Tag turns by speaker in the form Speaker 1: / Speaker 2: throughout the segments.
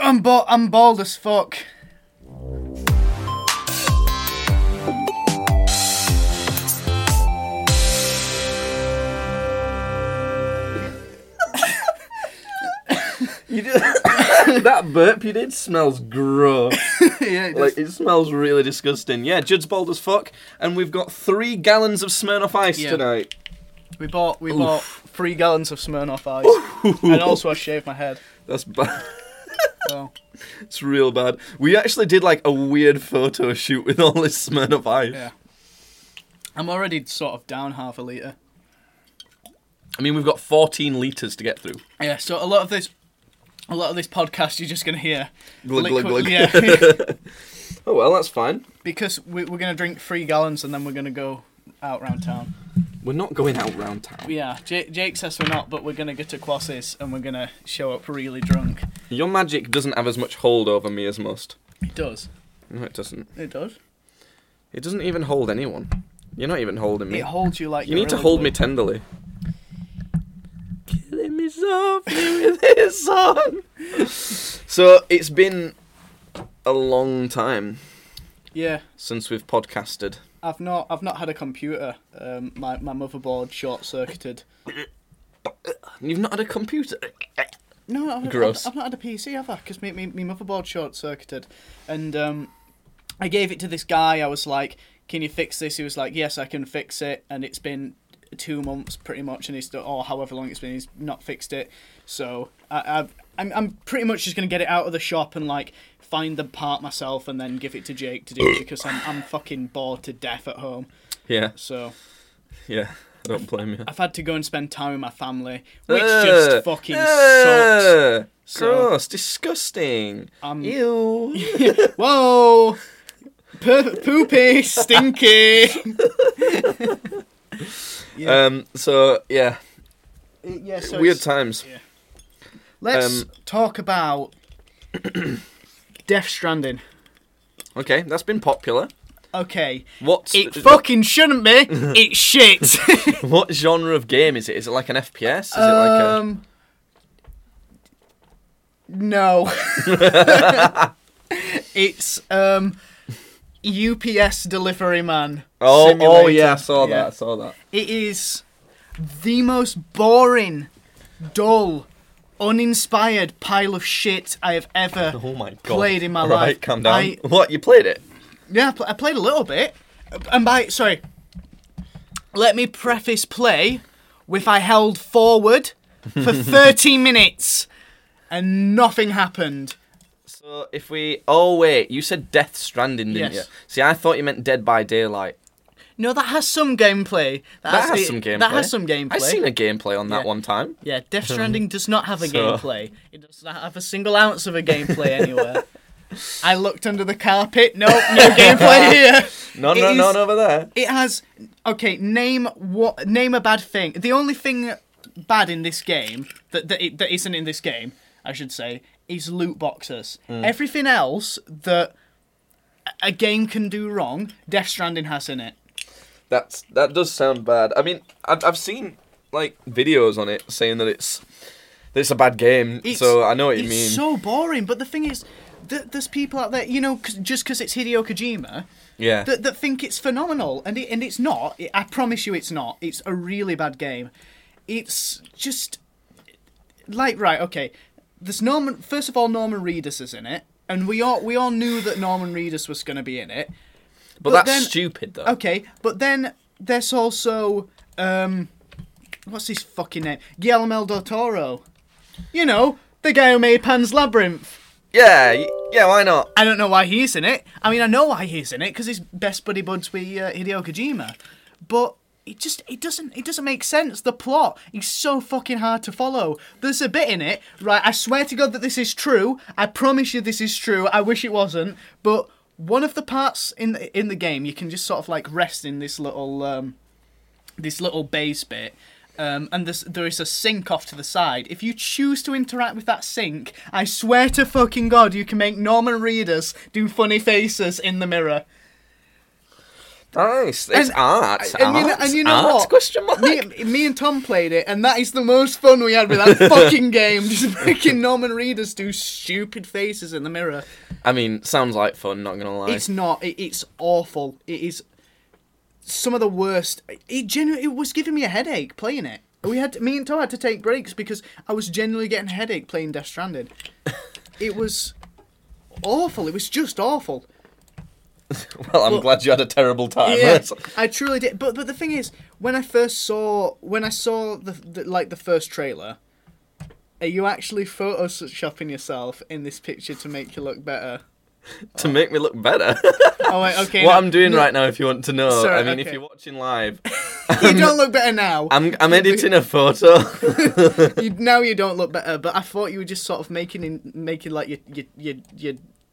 Speaker 1: I'm, ba- I'm bald as fuck.
Speaker 2: You did, that burp you did smells gross.
Speaker 1: yeah, it
Speaker 2: Like
Speaker 1: does.
Speaker 2: it smells really disgusting. Yeah, Judd's bald as fuck, and we've got three gallons of Smirnoff Ice
Speaker 1: Yeah.
Speaker 2: tonight.
Speaker 1: we bought we bought three gallons of Smirnoff Ice, and also I shaved my head.
Speaker 2: That's bad.
Speaker 1: So
Speaker 2: It's real bad. We actually did like a weird photo shoot with all this Smirnoff Ice.
Speaker 1: yeah, I'm already sort of down half a liter.
Speaker 2: I mean, we've got 14 liters to get through.
Speaker 1: Yeah, so a lot of this, a lot of this podcast you're just gonna hear.
Speaker 2: Glug, glug, glug.
Speaker 1: Yeah,
Speaker 2: Oh well, that's fine.
Speaker 1: because we, we're gonna drink three gallons and then we're gonna go out round town.
Speaker 2: We're not going out round town.
Speaker 1: Yeah, Jake, Jake says we're not, but we're gonna get to Quassis and we're gonna show up really drunk.
Speaker 2: Your magic doesn't have as much hold over me as most.
Speaker 1: It does.
Speaker 2: No, it doesn't.
Speaker 1: It does.
Speaker 2: It doesn't even hold anyone. You're not even holding me.
Speaker 1: It holds you like
Speaker 2: you need to
Speaker 1: Gorilla
Speaker 2: hold
Speaker 1: Glue.
Speaker 2: me tenderly. Killing me softly with his song. So it's been a long time
Speaker 1: yeah,
Speaker 2: since we've podcasted.
Speaker 1: I've not I've not had a computer. Um, my my motherboard short circuited.
Speaker 2: You've not had a computer.
Speaker 1: No, I've, I've-
Speaker 2: Gross.
Speaker 1: I've, not had a PC have I? Because my, my, my motherboard short circuited, and um, I gave it to this guy. I was like, "Can you fix this?" He was like, "Yes, I can fix it." And it's been two months pretty much, and he's still, or however long it's been, he's not fixed it. So I, I've I'm, I'm pretty much just gonna get it out of the shop and like find the part myself, and then give it to Jake to do because I'm I'm fucking bored to death at home.
Speaker 2: Yeah,
Speaker 1: So
Speaker 2: yeah. I don't blame you. Uh,
Speaker 1: I've had to go and spend time with my family, which
Speaker 2: Eh.
Speaker 1: just fucking sucks.
Speaker 2: sucks. Gross, disgusting.
Speaker 1: Um,
Speaker 2: Ew.
Speaker 1: Whoa! P- poopy, stinky. Uh, yeah.
Speaker 2: um, so yeah,
Speaker 1: yeah, so
Speaker 2: weird
Speaker 1: it's-
Speaker 2: times.
Speaker 1: Let's
Speaker 2: um,
Speaker 1: talk about Death Stranding.
Speaker 2: Okay, that's been popular.
Speaker 1: Okay,
Speaker 2: What's
Speaker 1: it fucking shouldn't be. It's shit.
Speaker 2: what genre of game is it? Is it like an FPS? Is it like a
Speaker 1: um, no. it's um, UPS delivery man.
Speaker 2: Oh, oh
Speaker 1: simulator.
Speaker 2: yeah, I saw
Speaker 1: Yeah.
Speaker 2: that. I saw that.
Speaker 1: It is the most boring, dull, uninspired pile of shit I have ever.
Speaker 2: Oh my god.
Speaker 1: Played in my
Speaker 2: All
Speaker 1: life.
Speaker 2: Right, calm down.
Speaker 1: I-
Speaker 2: What you played it?
Speaker 1: Yeah, I, pl- I played a little bit. And by sorry, let me preface play with I held forward for 30 minutes and nothing happened.
Speaker 2: So if we, oh wait, you said Death Stranding, didn't
Speaker 1: Yes.
Speaker 2: you? See, I thought you meant Dead by Daylight.
Speaker 1: No, that has some gameplay.
Speaker 2: That has
Speaker 1: it-
Speaker 2: some gameplay.
Speaker 1: That has some gameplay.
Speaker 2: I seen a gameplay on that
Speaker 1: Yeah.
Speaker 2: one time.
Speaker 1: Yeah, Death Stranding does not have a
Speaker 2: So-
Speaker 1: gameplay. It does not have a single ounce of a gameplay anywhere. I looked under the carpet. No, no gameplay here.
Speaker 2: No,
Speaker 1: It
Speaker 2: no,
Speaker 1: is-
Speaker 2: none over there.
Speaker 1: It has. Okay, name what? Name a bad thing. The only thing bad in this game that that, it, that isn't in this game, I should say, is loot boxes.
Speaker 2: Hmm.
Speaker 1: Everything else that a- a game can do wrong, Death Stranding has in it.
Speaker 2: That's that does sound bad. I mean, I've, I've seen like videos on it saying that it's that it's a bad game.
Speaker 1: It's-
Speaker 2: so I know what you
Speaker 1: it's
Speaker 2: mean.
Speaker 1: so boring. But the thing is, th- there's people out there, you know, 'cause- just because it's Hideo Kojima,
Speaker 2: yeah.
Speaker 1: that, that think it's phenomenal, and it, and it's not. I promise you, it's not. It's a really bad game. It's just like right, okay. There's Norman. First of all, Norman Reedus is in it, and we all we all knew that Norman Reedus was going to be in it.
Speaker 2: but,
Speaker 1: but
Speaker 2: that's
Speaker 1: then- Oh.
Speaker 2: stupid though.
Speaker 1: Okay, but then there's also um, what's his fucking name? Guillermo del Toro. You know, the guy who made Pan's Labyrinth.
Speaker 2: Yeah. y- Yeah. Why not?
Speaker 1: I don't know why he's in it. I mean, I know why he's in it because he's best buddy buds with uh, Hideo Kojima, but it just it doesn't it doesn't make sense. The plot is so fucking hard to follow. There's a bit in it, right? I swear to God that this is true. I promise you this is true. I wish it wasn't, but one of the parts in the, in the game you can just sort of like rest in this little um, this little base bit. Um, and there's, there is a sink off to the side. If you choose to interact with that sink, I swear to fucking God, you can make Norman Reedus do funny faces in the mirror.
Speaker 2: nice. It's
Speaker 1: And-
Speaker 2: art.
Speaker 1: and you know-
Speaker 2: art,
Speaker 1: and you know
Speaker 2: art,
Speaker 1: what?
Speaker 2: Question mark.
Speaker 1: me, me and Tom played it, and that is the most fun we had with that fucking game. Just making Norman Reedus do stupid faces in the mirror.
Speaker 2: I mean, sounds like fun. Not gonna lie.
Speaker 1: It's not. It, it's awful. It is some of the worst. It genuinely it was giving me a headache playing it. We had me and Tom had to take breaks because I was genuinely getting a headache playing Death Stranded. it was awful. It was just awful.
Speaker 2: well, I'm glad you had a terrible time.
Speaker 1: Yeah,
Speaker 2: That's-
Speaker 1: I truly did. But but the thing is, when I first saw when I saw the, the like the first trailer, are you actually photoshopping yourself in this picture to make you look better?
Speaker 2: to make me look better.
Speaker 1: Oh wait, okay.
Speaker 2: what
Speaker 1: no,
Speaker 2: I'm doing
Speaker 1: no,
Speaker 2: right now, if you want to know,
Speaker 1: Sorry,
Speaker 2: I mean, if
Speaker 1: okay.
Speaker 2: you're watching live,
Speaker 1: you don't look better now.
Speaker 2: I'm I'm editing a photo.
Speaker 1: You, now you don't look better. But I thought you were just sort of making in, making like your your your,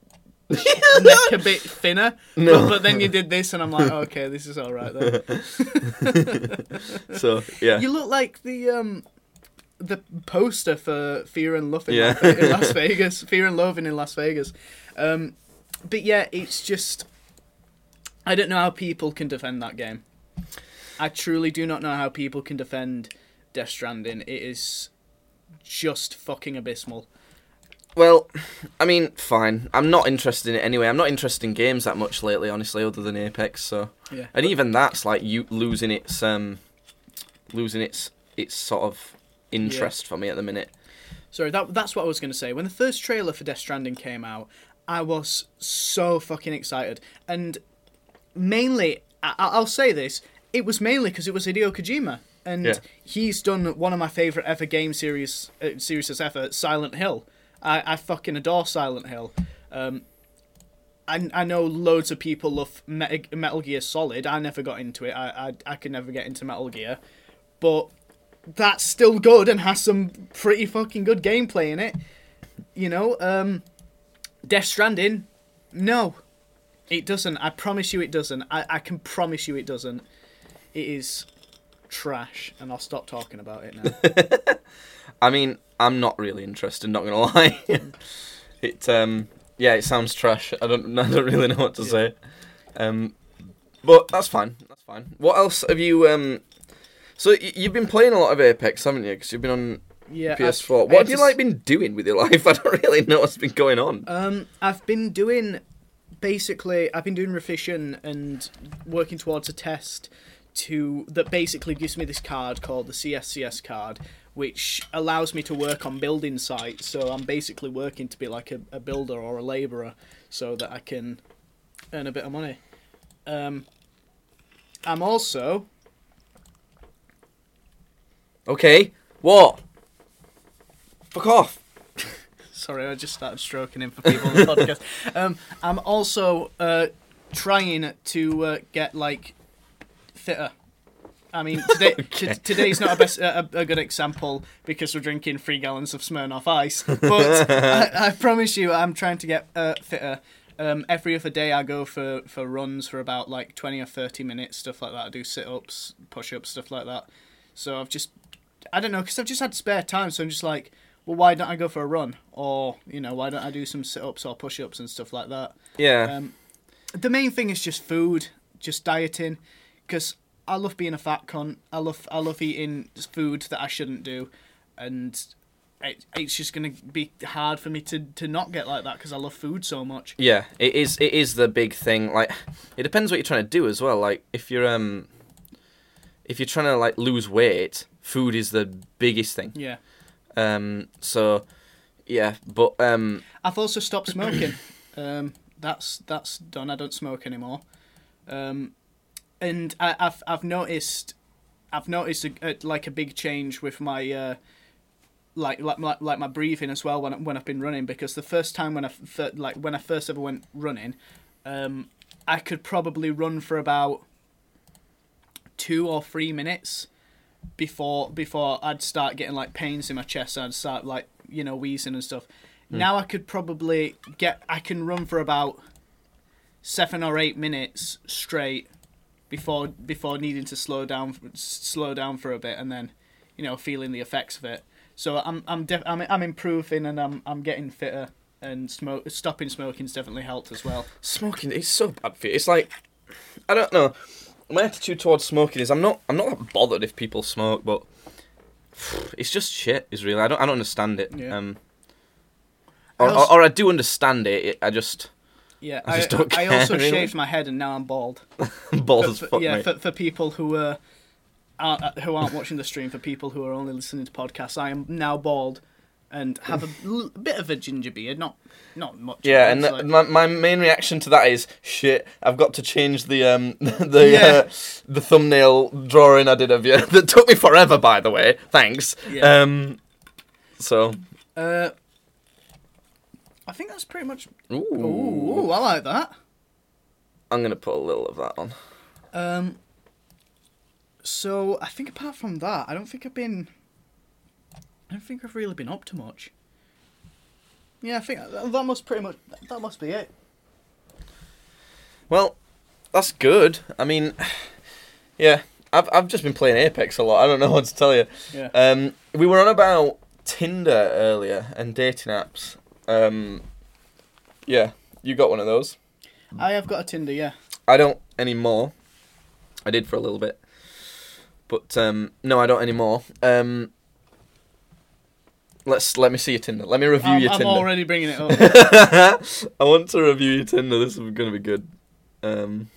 Speaker 1: your neck a bit thinner.
Speaker 2: No.
Speaker 1: But, but then you did this, and I'm like, oh, okay, this is all right. Then.
Speaker 2: so yeah,
Speaker 1: You look like the um the poster for Fear and Love in,
Speaker 2: Yeah.
Speaker 1: in Las Vegas. Fear and Loathing in Las Vegas. Um, but yeah, it's just I don't know how people can defend that game. I truly do not know how people can defend Death Stranding. It is just fucking abysmal.
Speaker 2: Well, I mean, fine. I'm not interested in it anyway. I'm not interested in games that much lately, honestly, other than Apex. So,
Speaker 1: Yeah.
Speaker 2: and even that's like you losing its um, losing its its sort of interest for me at the minute.
Speaker 1: Sorry, that that's what I was going to say. When the first trailer for Death Stranding came out, I was so fucking excited, and mainly, I, I- I'll say this: it was mainly because it was Hideo Kojima, and
Speaker 2: Yeah.
Speaker 1: he's done one of my favorite ever game series, uh, series as ever, Silent Hill. I, I fucking adore Silent Hill. Um, I, I know loads of people love Met- Metal Gear Solid. I never got into it. I, I I could never get into Metal Gear, but that's still good and has some pretty fucking good gameplay in it. You know, um, Death Stranding, no, it doesn't. I promise you, it doesn't. I, I can promise you, it doesn't. It is trash, and I'll stop talking about it now.
Speaker 2: I mean, I'm not really interested. Not gonna lie. it um, yeah, it sounds trash. I don't I don't really know what to say. Um, but that's fine. That's fine. What else have you um? So y- you've been playing a lot of Apex, haven't you? Because you've been on
Speaker 1: Yeah,
Speaker 2: PS4.
Speaker 1: I've-
Speaker 2: What
Speaker 1: I
Speaker 2: have you
Speaker 1: just-
Speaker 2: like been doing with your life? I don't really know what's been going on.
Speaker 1: Um, I've been doing basically. I've been doing revision and working towards a test to that basically gives me this card called the CSCS card, which allows me to work on building sites. So I'm basically working to be like a, a builder or a labourer, so that I can earn a bit of money. Um, I'm also
Speaker 2: Okay. What? Fuck off.
Speaker 1: Sorry, I just started stroking him for people on the podcast. Um, I'm also uh, trying to uh, get like fitter. I mean, today t- today's not a, best, a, a good example because we're drinking three gallons of Smirnoff Ice. But I, I promise you, I'm trying to get uh, fitter. Um, every other day, I go for, for runs for about like twenty or thirty minutes, stuff like that. I do sit ups, push ups, stuff like that. So I've just I don't know because I've just had spare time, so I'm just like, well, why don't I go for a run, or you know, why don't I do some sit ups or push ups and stuff like that?
Speaker 2: Yeah.
Speaker 1: Um, the main thing is just food, just dieting, because I love being a fat cunt. I love I love eating food that I shouldn't do, and it, it's just gonna be hard for me to to not get like that because I love food so much.
Speaker 2: yeah. It is. It is the big thing. Like, it depends what you're trying to do as well. Like, if you're um, if you're trying to like lose weight, food is the biggest thing.
Speaker 1: Yeah,
Speaker 2: Um. So, yeah. But um.
Speaker 1: I've also stopped smoking. um, that's that's done. I don't smoke anymore. Um, and I, I've I've noticed, I've noticed a, a, like a big change with my. Uh, like, like like like my breathing as well when I- when I've been running because the first time when I f- like when I first ever went running, um, I could probably run for about two or three minutes before before I'd start getting like pains in my chest and I'd start like you know wheezing and stuff.
Speaker 2: Hmm.
Speaker 1: Now I could probably get I can run for about seven or eight minutes straight before before needing to slow down s- slow down for a bit and then you know feeling the effects of it. So I'm I'm def- I'm, I'm improving and I'm I'm getting fitter and smoke stopping smoking's definitely helped as well.
Speaker 2: Smoking is so bad for you. It's like I don't know. My attitude towards smoking is I'm not I'm not that bothered if people smoke, but it's just shit. Is really I don't I don't understand it.
Speaker 1: Yeah.
Speaker 2: Um, or,
Speaker 1: I also-
Speaker 2: or, or I do understand it. it I just
Speaker 1: Yeah,
Speaker 2: I
Speaker 1: I,
Speaker 2: just don't
Speaker 1: I
Speaker 2: care,
Speaker 1: also
Speaker 2: really.
Speaker 1: shaved my head and now I'm bald.
Speaker 2: balls as
Speaker 1: For-
Speaker 2: fuck.
Speaker 1: yeah,
Speaker 2: mate.
Speaker 1: for, for people who uh, aren't uh, who aren't watching the stream, for people who are only listening to podcasts, I am now bald and have a l- bit of a ginger beard, not not much.
Speaker 2: Yeah,
Speaker 1: but
Speaker 2: and
Speaker 1: it's
Speaker 2: th-
Speaker 1: like-
Speaker 2: my, my main reaction to that is shit. I've got to change the um the
Speaker 1: Yeah.
Speaker 2: uh, the thumbnail drawing I did of you that took me forever, by the way. Thanks.
Speaker 1: Yeah.
Speaker 2: Um, so
Speaker 1: uh, I think that's pretty much.
Speaker 2: ooh,
Speaker 1: Ooh, I like that.
Speaker 2: I'm gonna put a little of that on.
Speaker 1: Um, so I think apart from that, I don't think I've been. I don't think I've really been up to much. Yeah, I think that that must pretty much that must be it.
Speaker 2: Well, that's good. I mean, yeah, I've I've just been playing Apex a lot. I don't know what to tell you.
Speaker 1: Yeah.
Speaker 2: Um, we were on about Tinder earlier and dating apps. Um, yeah, you got one of those.
Speaker 1: I have got a Tinder, yeah.
Speaker 2: I don't anymore. I did for a little bit, but um, no, I don't anymore. Um, let's let me see your Tinder. Let me review
Speaker 1: I'm,
Speaker 2: your
Speaker 1: I'm
Speaker 2: Tinder.
Speaker 1: already bringing it up.
Speaker 2: I want to review your Tinder. This is gonna be good. Um,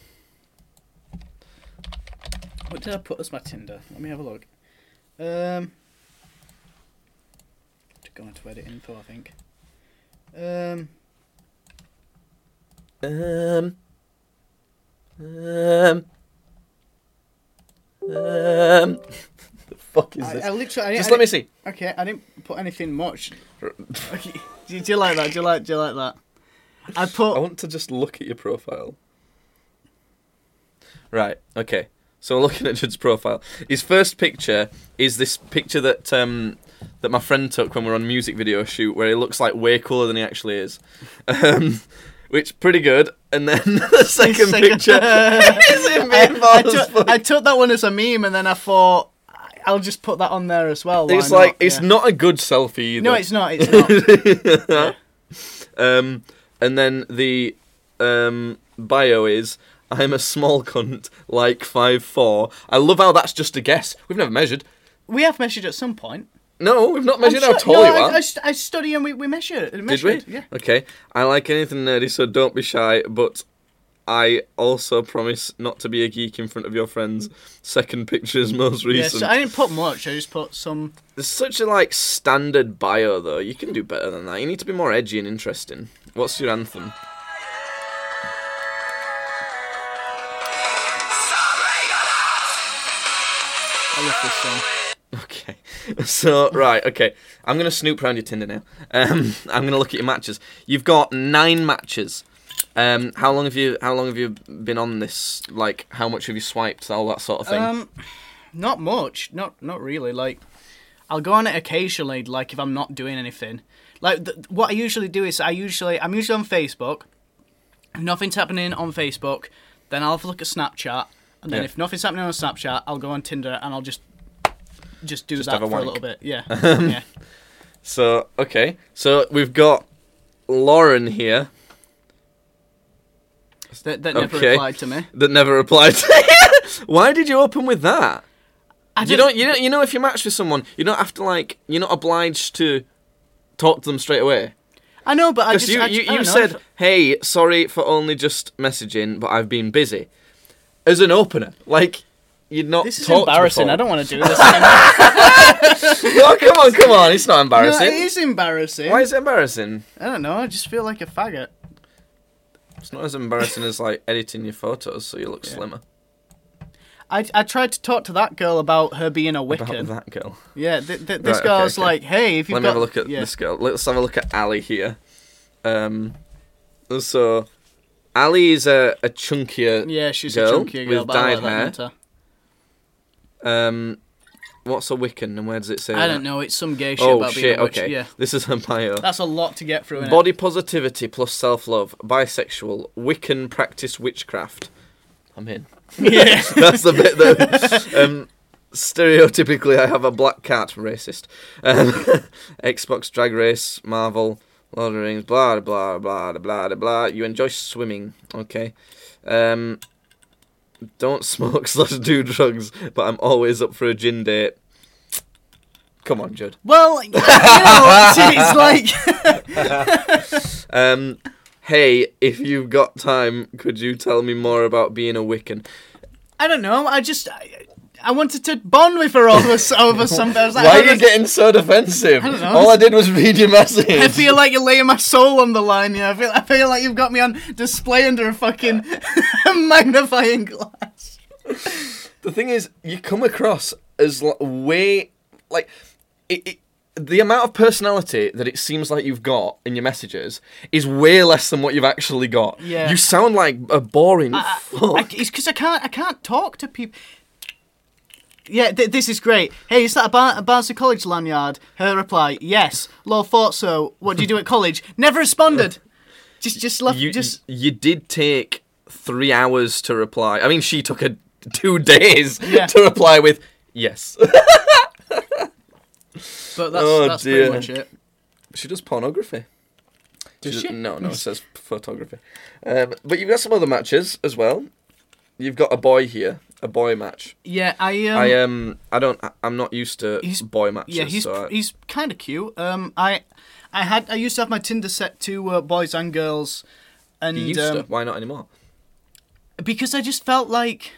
Speaker 1: What did I put as my Tinder? Let me have a look. Um, to go into edit info, I think. Um,
Speaker 2: um, um, um. the fuck is
Speaker 1: I,
Speaker 2: this?
Speaker 1: I literally. I,
Speaker 2: Just
Speaker 1: I
Speaker 2: let me
Speaker 1: didn't-
Speaker 2: see.
Speaker 1: Okay, I didn't put anything much. Okay, do, you- do you like that? Do you like? Do you like that? I
Speaker 2: I
Speaker 1: put.
Speaker 2: want to just look at your profile. Right. Okay. So we're looking at Judd's profile. His first picture is this picture that um, that my friend took when we were on music video shoot, where he looks like way cooler than he actually is, um, which pretty good. And then the second
Speaker 1: second-
Speaker 2: picture is him being
Speaker 1: I, I,
Speaker 2: bald as
Speaker 1: took,
Speaker 2: fuck.
Speaker 1: I took that one as a meme, and then I thought I- I'll just put that on there as well. why
Speaker 2: It's like
Speaker 1: not?
Speaker 2: it's
Speaker 1: Yeah.
Speaker 2: not a good selfie either.
Speaker 1: No, it's not. It's not.
Speaker 2: Um, and then the um, bio is I'm a small cunt, like five four. I love how that's just a guess. We've never measured.
Speaker 1: we have measured at some point.
Speaker 2: No, we've not
Speaker 1: I'm
Speaker 2: measured how
Speaker 1: Oh, sure-
Speaker 2: tall
Speaker 1: no,
Speaker 2: you
Speaker 1: I,
Speaker 2: are.
Speaker 1: I, st- I study and we, we measured.
Speaker 2: Did
Speaker 1: measured
Speaker 2: we?
Speaker 1: Yeah.
Speaker 2: Okay. I like anything nerdy, so don't be shy, but I also promise not to be a geek in front of your friends. Second picture is most
Speaker 1: Yeah,
Speaker 2: recent.
Speaker 1: so I didn't put much. I just put some.
Speaker 2: There's such a like standard bio though. You can do better than that. You need to be more edgy and interesting. What's your anthem?
Speaker 1: I love this song.
Speaker 2: Okay. So right, okay. I'm gonna snoop round your Tinder now. Um, I'm gonna look at your matches. You've got nine matches. Um, how long have you? How long have you been on this? Like, how much have you swiped? All that sort of thing.
Speaker 1: Um, not much. Not not really. Like, I'll go on it occasionally. Like if I'm not doing anything. Like th- what I usually do is I usually I'm usually on Facebook. If nothing's happening on Facebook, then I'll have a look at Snapchat, and then
Speaker 2: Yeah.
Speaker 1: if nothing's happening on Snapchat, I'll go on Tinder and I'll just just do that
Speaker 2: have
Speaker 1: for
Speaker 2: a
Speaker 1: a
Speaker 2: wank.
Speaker 1: little bit. Yeah. yeah.
Speaker 2: so okay. So we've got Lauren here
Speaker 1: That, that never
Speaker 2: Okay.
Speaker 1: applied to me.
Speaker 2: that never replied. Why did you open with that?
Speaker 1: I
Speaker 2: You don't. You know. You know. If you match with someone, you don't have to like. You're not obliged to talk to them straight away.
Speaker 1: I know, but I
Speaker 2: Because
Speaker 1: just
Speaker 2: you,
Speaker 1: I,
Speaker 2: you,
Speaker 1: I don't
Speaker 2: you
Speaker 1: know.
Speaker 2: said, hey, sorry for only just messaging, but I've been busy. As an opener, like, you'd not
Speaker 1: this is
Speaker 2: talked
Speaker 1: embarrassing.
Speaker 2: before.
Speaker 1: I don't want to do this. anymore.
Speaker 2: Oh, come on, come on. It's not embarrassing.
Speaker 1: No, it is embarrassing.
Speaker 2: Why is it embarrassing?
Speaker 1: I don't know. I just feel like a faggot.
Speaker 2: It's not as embarrassing as, like, editing your photos so you look slimmer.
Speaker 1: I, I tried to talk to that girl about her being a
Speaker 2: About
Speaker 1: Wiccan.
Speaker 2: that girl.
Speaker 1: Yeah, th- th- this
Speaker 2: Right, okay,
Speaker 1: girl's
Speaker 2: okay.
Speaker 1: like, hey, if you've
Speaker 2: Let me
Speaker 1: got
Speaker 2: have a look at
Speaker 1: yeah.
Speaker 2: this girl. Let's have a look at Ali here. Um, so, Ali is a, a chunkier
Speaker 1: Yeah, she's
Speaker 2: girl
Speaker 1: a chunky girl
Speaker 2: with
Speaker 1: but I
Speaker 2: dyed
Speaker 1: like that
Speaker 2: hair.
Speaker 1: about her.
Speaker 2: Um, what's a Wiccan and where does it say
Speaker 1: I
Speaker 2: that?
Speaker 1: don't know. It's some gay shit
Speaker 2: Oh
Speaker 1: about
Speaker 2: shit!
Speaker 1: being a witch.
Speaker 2: Okay,
Speaker 1: Yeah,
Speaker 2: this is her bio.
Speaker 1: that's a lot to get through. innit?
Speaker 2: Body positivity plus self love, bisexual, Wiccan practice witchcraft. I'm in.
Speaker 1: yeah.
Speaker 2: That's the bit that. Um, stereotypically, I have a black cat, racist. Um, Xbox Drag Race, Marvel, Lord of the Rings, blah, blah, blah, blah, blah, blah. You enjoy swimming, okay. Um, Don't smoke slash do drugs, but I'm always up for a gin date. Come on, Judd.
Speaker 1: Well, you know, it's like
Speaker 2: Um, hey, if you've got time, could you tell me more about being a Wiccan?
Speaker 1: I don't know. I just I, I wanted to bond with her over over something. I was like,
Speaker 2: Why
Speaker 1: I
Speaker 2: are you
Speaker 1: don't-
Speaker 2: getting so defensive?
Speaker 1: I don't know.
Speaker 2: All I did was read your message.
Speaker 1: I feel like you're laying my soul on the line. Yeah, I feel I feel like you've got me on display under a fucking magnifying glass.
Speaker 2: the thing is, you come across as like, way like it, it, the amount of personality that it seems like you've got in your messages is way less than what you've actually got.
Speaker 1: Yeah.
Speaker 2: You sound like a boring fuck.
Speaker 1: I, it's because I can't I can't talk to people. Yeah, th- this is great. Hey, is that a, bar- a Barnsley College lanyard? Her reply: Yes. Lol, thought so. What do you do at college? Never responded. Just just left.
Speaker 2: you
Speaker 1: just
Speaker 2: you did take three hours to reply. I mean, she took a two days
Speaker 1: Yeah.
Speaker 2: to reply with yes.
Speaker 1: But that's,
Speaker 2: Oh,
Speaker 1: that's
Speaker 2: dear.
Speaker 1: pretty much it.
Speaker 2: she does pornography.
Speaker 1: Does she?
Speaker 2: No, no, it says photography. Um, but you've got some other matches as well. You've got a boy here, a boy match.
Speaker 1: Yeah, I um,
Speaker 2: I um, I don't, I, I'm not used to
Speaker 1: He's-
Speaker 2: boy matches.
Speaker 1: yeah, he's
Speaker 2: so I-
Speaker 1: he's kind of cute. Um, I I had I used to have my Tinder set to uh, boys and girls, and
Speaker 2: you used
Speaker 1: um,
Speaker 2: to. Why not anymore?
Speaker 1: because I just felt like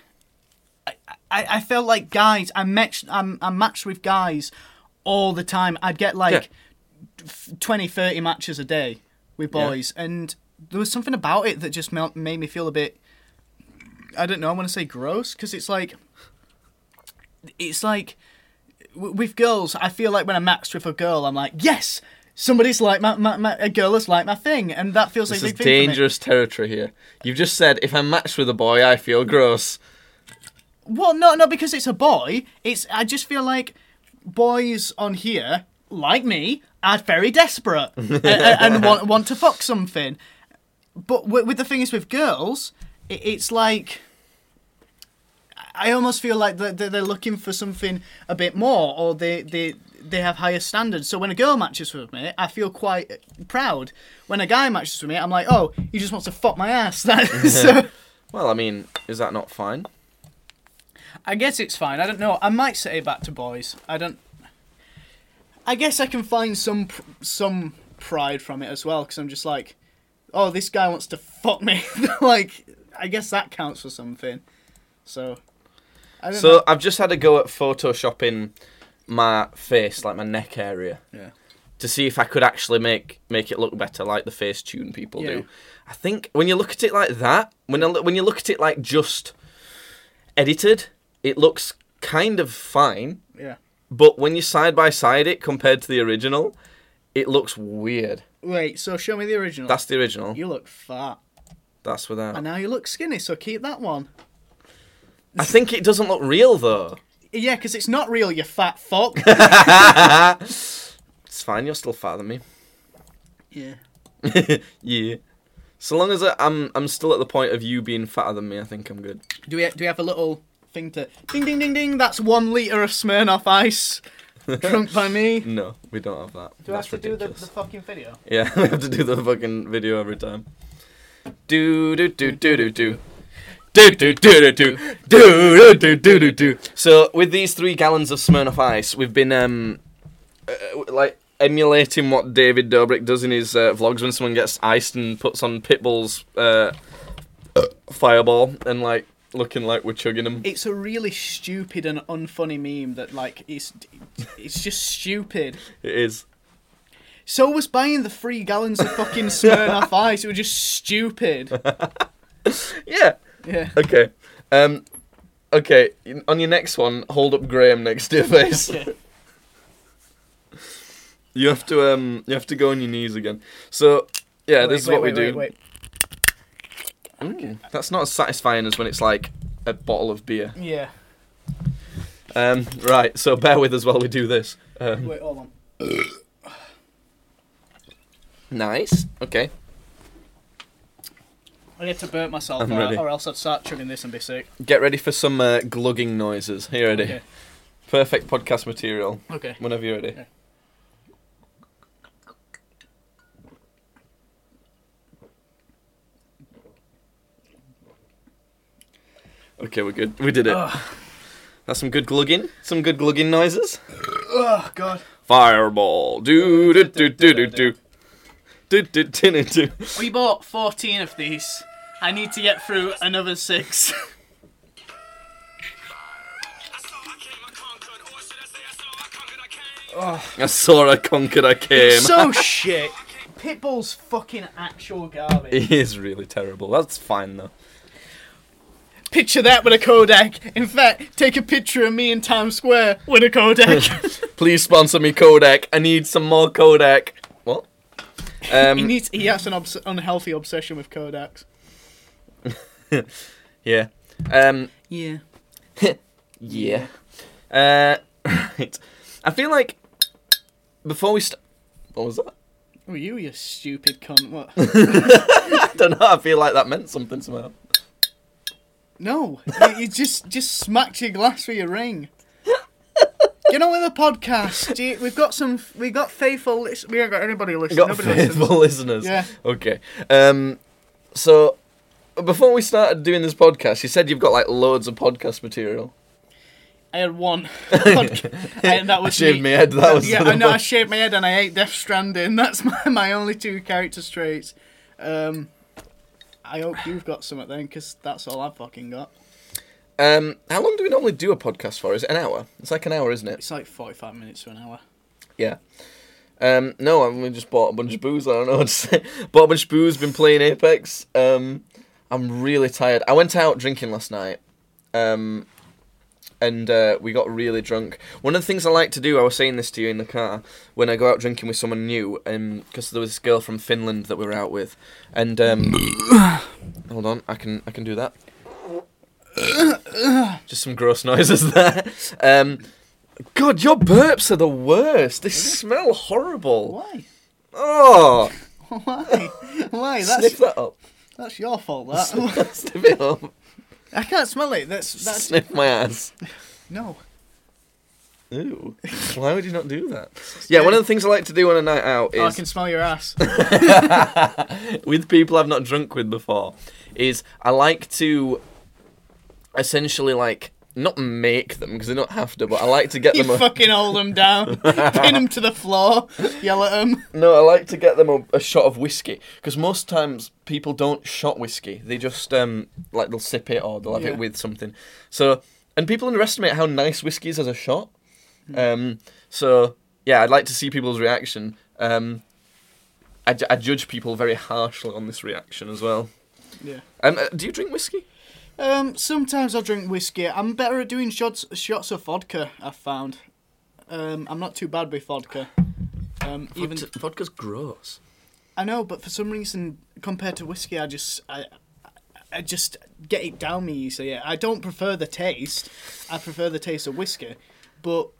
Speaker 1: I, I, I felt like guys I matched I'm, I'm matched with guys all the time. I'd get like f- 20, 30 matches a day with
Speaker 2: Yeah.
Speaker 1: boys, and there was something about it that just mel- made me feel a bit. I don't know. I want to say gross because it's like it's like w- with girls. I feel like when I matched with a girl, I'm like yes. Somebody's like my, my, my a girl has like my thing, and that feels
Speaker 2: This
Speaker 1: like a
Speaker 2: is
Speaker 1: big thing for me.
Speaker 2: dangerous territory here. You've just said if I'm matched with a boy, I feel gross.
Speaker 1: Well, no, no, because it's a boy. It's I just feel like boys on here, like me, are very desperate and, and, and want want to fuck something. But with, with the thing is with girls, it, it's like I almost feel like that that they're looking for something a bit more, or they they they have higher standards. So when a girl matches with me, I feel quite proud. When a guy matches with me, I'm like, oh, he just wants to fuck my ass. so,
Speaker 2: Well, I mean, is that not fine?
Speaker 1: I guess it's fine. I don't know. I might set it back to boys. I don't. I guess I can find some pr- some pride from it as well because I'm just like, oh, this guy wants to fuck me. like, I guess that counts for something. So, I don't
Speaker 2: So
Speaker 1: know.
Speaker 2: I've just had a go at photoshopping my face, like my neck area,
Speaker 1: Yeah.
Speaker 2: to see if I could actually make make it look better, like the face tune people
Speaker 1: Yeah.
Speaker 2: do. I think when you look at it like that, when I, look- when you look at it like just edited, it looks kind of fine.
Speaker 1: Yeah.
Speaker 2: But when you side by side it compared to the original, it looks weird.
Speaker 1: Wait. So show me the original.
Speaker 2: That's the original.
Speaker 1: You look fat,
Speaker 2: That's without.
Speaker 1: and now you look skinny. So keep that one.
Speaker 2: I think it doesn't look real though.
Speaker 1: Yeah, because it's not real. You fat fuck.
Speaker 2: It's fine. You're still fatter than me.
Speaker 1: yeah.
Speaker 2: yeah. So long as I, I'm I'm still at the point of you being fatter than me, I think I'm good.
Speaker 1: Do we do we have a little thing to ding ding ding ding? That's one liter of Smirnoff Ice, drunk by me.
Speaker 2: No, we don't have that.
Speaker 1: Do I
Speaker 2: Mm, That's
Speaker 1: have to
Speaker 2: ridiculous.
Speaker 1: do the, the fucking video?
Speaker 2: Yeah, we have to do the fucking video every time. Do do do do do do. Do do do do do do do do do do. So with these three gallons of Smirnoff Ice, we've been um, uh, like emulating what David Dobrik does in his uh, vlogs when someone gets iced and puts on Pitbull's uh, fireball and like looking like we're chugging them.
Speaker 1: It's a really stupid and unfunny meme that like it's it's just stupid.
Speaker 2: It is.
Speaker 1: So was buying the three gallons of fucking Smirnoff Ice. It was just stupid.
Speaker 2: Yeah.
Speaker 1: Yeah.
Speaker 2: Okay. Um. Okay. On your next one, hold up Graham next to your face.
Speaker 1: Okay.
Speaker 2: You have to um. You have to go on your knees again. So yeah,
Speaker 1: Wait,
Speaker 2: this is
Speaker 1: wait,
Speaker 2: what
Speaker 1: wait,
Speaker 2: we
Speaker 1: wait,
Speaker 2: do.
Speaker 1: Wait,
Speaker 2: Mm, that's not as satisfying as when it's like a bottle of beer.
Speaker 1: Yeah.
Speaker 2: Um. Right. So bear with us while we do this. Um,
Speaker 1: Wait, hold on.
Speaker 2: nice. Okay.
Speaker 1: I need to burp myself,
Speaker 2: I'm
Speaker 1: or,
Speaker 2: ready.
Speaker 1: or else I'd start chugging this and be sick.
Speaker 2: Get ready for some uh, glugging noises. Here ready.
Speaker 1: Okay.
Speaker 2: Perfect podcast material.
Speaker 1: Okay.
Speaker 2: Whenever you're ready.
Speaker 1: Yeah.
Speaker 2: Okay, we're good. We did it.
Speaker 1: Ugh.
Speaker 2: That's some good glugging. Some good glugging noises.
Speaker 1: Oh god.
Speaker 2: Fireball. Do do do do do do. Do do do do do.
Speaker 1: We bought 14 of these. I need to get through another six.
Speaker 2: Oh. I saw I conquered. I came.
Speaker 1: so shit. Pitbull's fucking actual garbage.
Speaker 2: It is really terrible. That's fine though.
Speaker 1: Picture that with a Kodak. In fact, take a picture of me in Times Square with a Kodak.
Speaker 2: Please sponsor me Kodak. I need some more Kodak. What?
Speaker 1: he
Speaker 2: Um,
Speaker 1: needs. He has an obs- unhealthy obsession with Kodaks.
Speaker 2: yeah. Um,
Speaker 1: Yeah.
Speaker 2: yeah. Uh, right. I feel like before we st- what was that?
Speaker 1: Oh, you, you stupid cunt. What?
Speaker 2: I don't know. I feel like that meant something somehow.
Speaker 1: No, you, you just just smacked your glass with your ring. Get on with the podcast. You- We've got some. We got faithful. Lis- we haven't got anybody
Speaker 2: We
Speaker 1: listening.
Speaker 2: got
Speaker 1: Nobody listens.
Speaker 2: faithful listeners.
Speaker 1: Yeah.
Speaker 2: Okay. Um, so before we started doing this podcast, you said you've got like loads of podcast material.
Speaker 1: I had one. Pod- and that was
Speaker 2: shaved
Speaker 1: me.
Speaker 2: my head. That was
Speaker 1: yeah,
Speaker 2: the
Speaker 1: I know. I
Speaker 2: one.
Speaker 1: shaved my head and I ate Death Stranding. That's my, my only two character traits. Um, I hope you've got something then, because that's all I've fucking got.
Speaker 2: Um, how long do we normally do a podcast for? Is it an hour? It's like an hour, isn't it?
Speaker 1: It's like forty-five minutes to an hour.
Speaker 2: Yeah. Um, no, I mean, we just bought a bunch of booze. I don't know what to say. bought a bunch of booze. Been playing Apex. Um, I'm really tired. I went out drinking last night. Um, and uh, we got really drunk. One of the things I like to do, I was saying this to you in the car, when I go out drinking with someone new, because there was this girl from Finland that we were out with, and um, hold on, I can I can do that. Just some gross noises there. Um, God, your burps are the worst. They smell horrible.
Speaker 1: Why?
Speaker 2: Oh,
Speaker 1: Why? Why?
Speaker 2: sniff
Speaker 1: That's
Speaker 2: that up.
Speaker 1: that's your fault. That
Speaker 2: sniff it up.
Speaker 1: I can't smell it. That's that's
Speaker 2: Sniff my ass.
Speaker 1: no.
Speaker 2: Ooh, why would you not do that? Yeah, one of the things I like to do on a night out
Speaker 1: Oh, I
Speaker 2: is
Speaker 1: can smell your ass.
Speaker 2: with people I've not drunk with before is I like to essentially like not make them because they don't have to, but I like to get
Speaker 1: you
Speaker 2: them. A,
Speaker 1: fucking hold them down, pin them to the floor, yell at them.
Speaker 2: no, I like to get them a, a shot of whiskey because most times people don't shot whiskey; they just um like they'll sip it or they'll have
Speaker 1: Yeah.
Speaker 2: it with something. So and people underestimate how nice whiskey is as a shot.
Speaker 1: Hmm.
Speaker 2: Um, so yeah, I'd like to see people's reaction. Um, I, ju- I judge people very harshly on this reaction as well.
Speaker 1: Yeah.
Speaker 2: Um, uh, do you drink whiskey?
Speaker 1: Um, sometimes I drink whiskey. I'm better at doing shots shots of vodka. I've found. Um, I'm not too bad with vodka. Um, even
Speaker 2: Vodka- vodka's gross.
Speaker 1: I know, but for some reason, compared to whiskey, I just I, I- I just get it down me easier. I don't prefer the taste. I prefer the taste of whiskey, but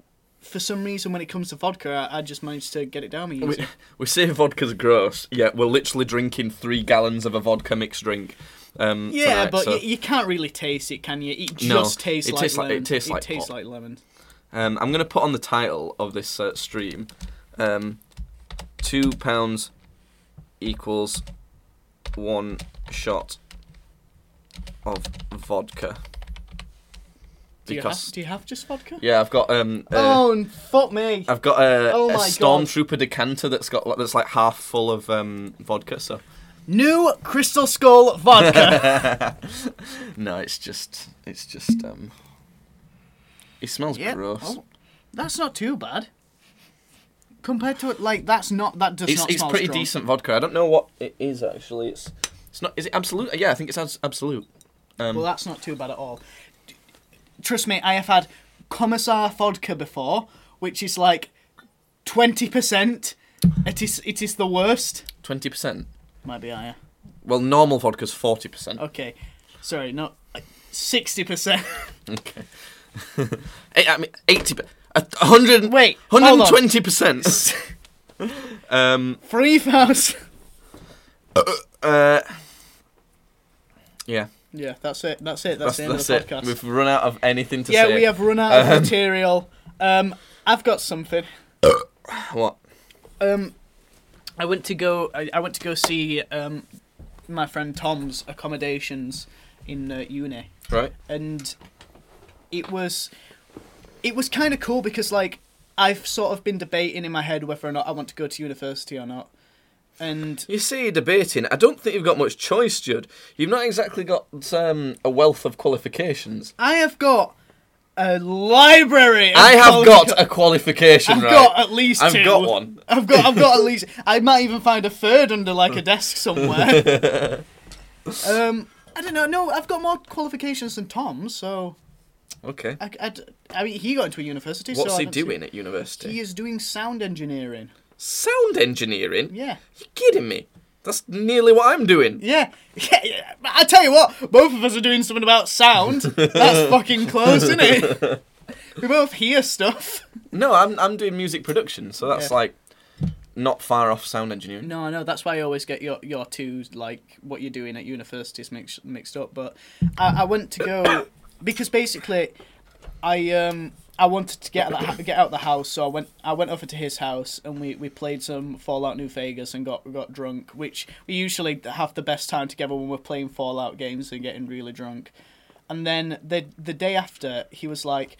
Speaker 1: for some reason, when it comes to vodka, I, I just manage to get it down me
Speaker 2: We,
Speaker 1: easier.
Speaker 2: we say vodka's gross, yet we're literally drinking three gallons of a vodka mixed drink. Um,
Speaker 1: Yeah,
Speaker 2: tonight,
Speaker 1: but
Speaker 2: so-
Speaker 1: you, you can't really taste it, can you? It just
Speaker 2: No,
Speaker 1: tastes
Speaker 2: it
Speaker 1: like
Speaker 2: tastes like- it
Speaker 1: lemon.
Speaker 2: tastes like pop.
Speaker 1: lemon.
Speaker 2: um, I'm gonna put on the title of this uh, stream. Um, two pounds equals one shot of vodka.
Speaker 1: Do you,
Speaker 2: Because
Speaker 1: have, do you have just vodka?
Speaker 2: yeah, I've got um. Uh,
Speaker 1: oh, and fuck me!
Speaker 2: I've got a,
Speaker 1: Oh
Speaker 2: a
Speaker 1: my God.
Speaker 2: stormtrooper decanter that's got like- that's like half full of um, vodka. So
Speaker 1: New Crystal Skull vodka.
Speaker 2: No, it's just it's just um. It smells
Speaker 1: yeah.
Speaker 2: gross.
Speaker 1: Oh, that's not too bad. Compared to it, like that's not that does
Speaker 2: it's
Speaker 1: not
Speaker 2: it's
Speaker 1: smell
Speaker 2: pretty
Speaker 1: strong.
Speaker 2: decent vodka. I don't know what it is actually. It's it's not. Is it absolute? Yeah, I think it's abs- absolute.
Speaker 1: Well, that's not too bad at all. D- Trust me, I have had Commissar vodka before, which is like twenty percent. It is it is the worst.
Speaker 2: Twenty percent.
Speaker 1: Might be higher.
Speaker 2: Well, normal vodka's forty percent.
Speaker 1: Okay, sorry, not sixty percent.
Speaker 2: Okay. Eh, I mean, eighty. hundred.
Speaker 1: Wait, hold on.
Speaker 2: Hundred and twenty percent. Um.
Speaker 1: Three thousand.
Speaker 2: Uh. Yeah.
Speaker 1: Yeah, that's it. That's it. That's, the end
Speaker 2: that's
Speaker 1: of
Speaker 2: it.
Speaker 1: the podcast.
Speaker 2: We've run out of anything to
Speaker 1: yeah,
Speaker 2: say.
Speaker 1: we have run out of material. Um, I've got something.
Speaker 2: What?
Speaker 1: Um, I went to go. I, I went to go see um, my friend Tom's accommodations in uh, uni,
Speaker 2: Right.
Speaker 1: and it was it was kind of cool because like I've sort of been debating in my head whether or not I want to go to university or not, and
Speaker 2: You see, you're debating. I don't think you've got much choice, Judd. You've not exactly got um, a wealth of qualifications.
Speaker 1: I have got a library. of
Speaker 2: I have
Speaker 1: qualifi-
Speaker 2: got a qualification,
Speaker 1: Oh, I've
Speaker 2: right?
Speaker 1: got at least
Speaker 2: I've
Speaker 1: two.
Speaker 2: got one.
Speaker 1: I've got. I've got at least. I might even find a third under like a desk somewhere. um, I don't know. No, I've got more qualifications than Tom. So
Speaker 2: Okay.
Speaker 1: I, I, I mean, he got into a university.
Speaker 2: What's
Speaker 1: so I
Speaker 2: he
Speaker 1: don't see-
Speaker 2: doing at university?
Speaker 1: He is doing sound engineering.
Speaker 2: Sound engineering?
Speaker 1: Yeah.
Speaker 2: You kidding me? That's nearly what I'm doing.
Speaker 1: Yeah, yeah, yeah. But I tell you what, both of us are doing something about sound. That's fucking close, isn't it? We both hear stuff.
Speaker 2: No, I'm I'm doing music production, so that's
Speaker 1: Yeah.
Speaker 2: like not far off sound engineering.
Speaker 1: No, no, that's why I always get your your two like what you're doing at universities mixed mixed up. But I, I went to go because basically, I um I wanted to get out of the, get out of the house, so I went I went over to his house and we, we played some Fallout New Vegas and got got drunk, which we usually have the best time together when we're playing Fallout games and getting really drunk. And then the the day after, he was like,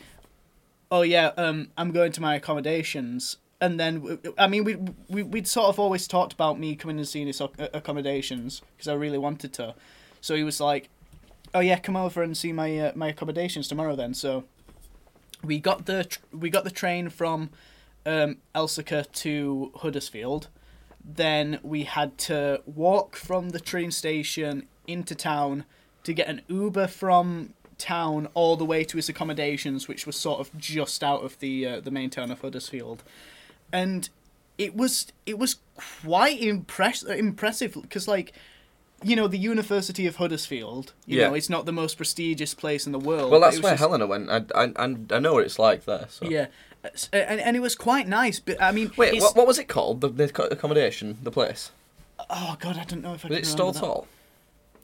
Speaker 1: oh yeah, um, I'm going to my accommodations. And then, w- w- I mean, we, we, we'd sort of always talked about me coming and seeing his ac- uh, accommodations because I really wanted to. So he was like, oh yeah, come over and see my, uh, my accommodations tomorrow then. So we got the, tr- we got the train from um, Elsica to Huddersfield. Then we had to walk from the train station into town to get an Uber from town all the way to his accommodations, which was sort of just out of the uh, the main town of Huddersfield, and it was it was quite impress- impressive because like. You know the University of Huddersfield. You
Speaker 2: Yeah.
Speaker 1: know it's not the most prestigious place in the world.
Speaker 2: Well,
Speaker 1: but
Speaker 2: that's
Speaker 1: it was
Speaker 2: where
Speaker 1: just-
Speaker 2: Helena went. I, I I I know what it's like there. So.
Speaker 1: Yeah, S- and, and it was quite nice. But I mean,
Speaker 2: Wait,
Speaker 1: it's-
Speaker 2: what, what was it called? The, the co- accommodation, the place.
Speaker 1: Oh god, I don't know if I
Speaker 2: Was
Speaker 1: can
Speaker 2: it
Speaker 1: remember that.
Speaker 2: Stoltall?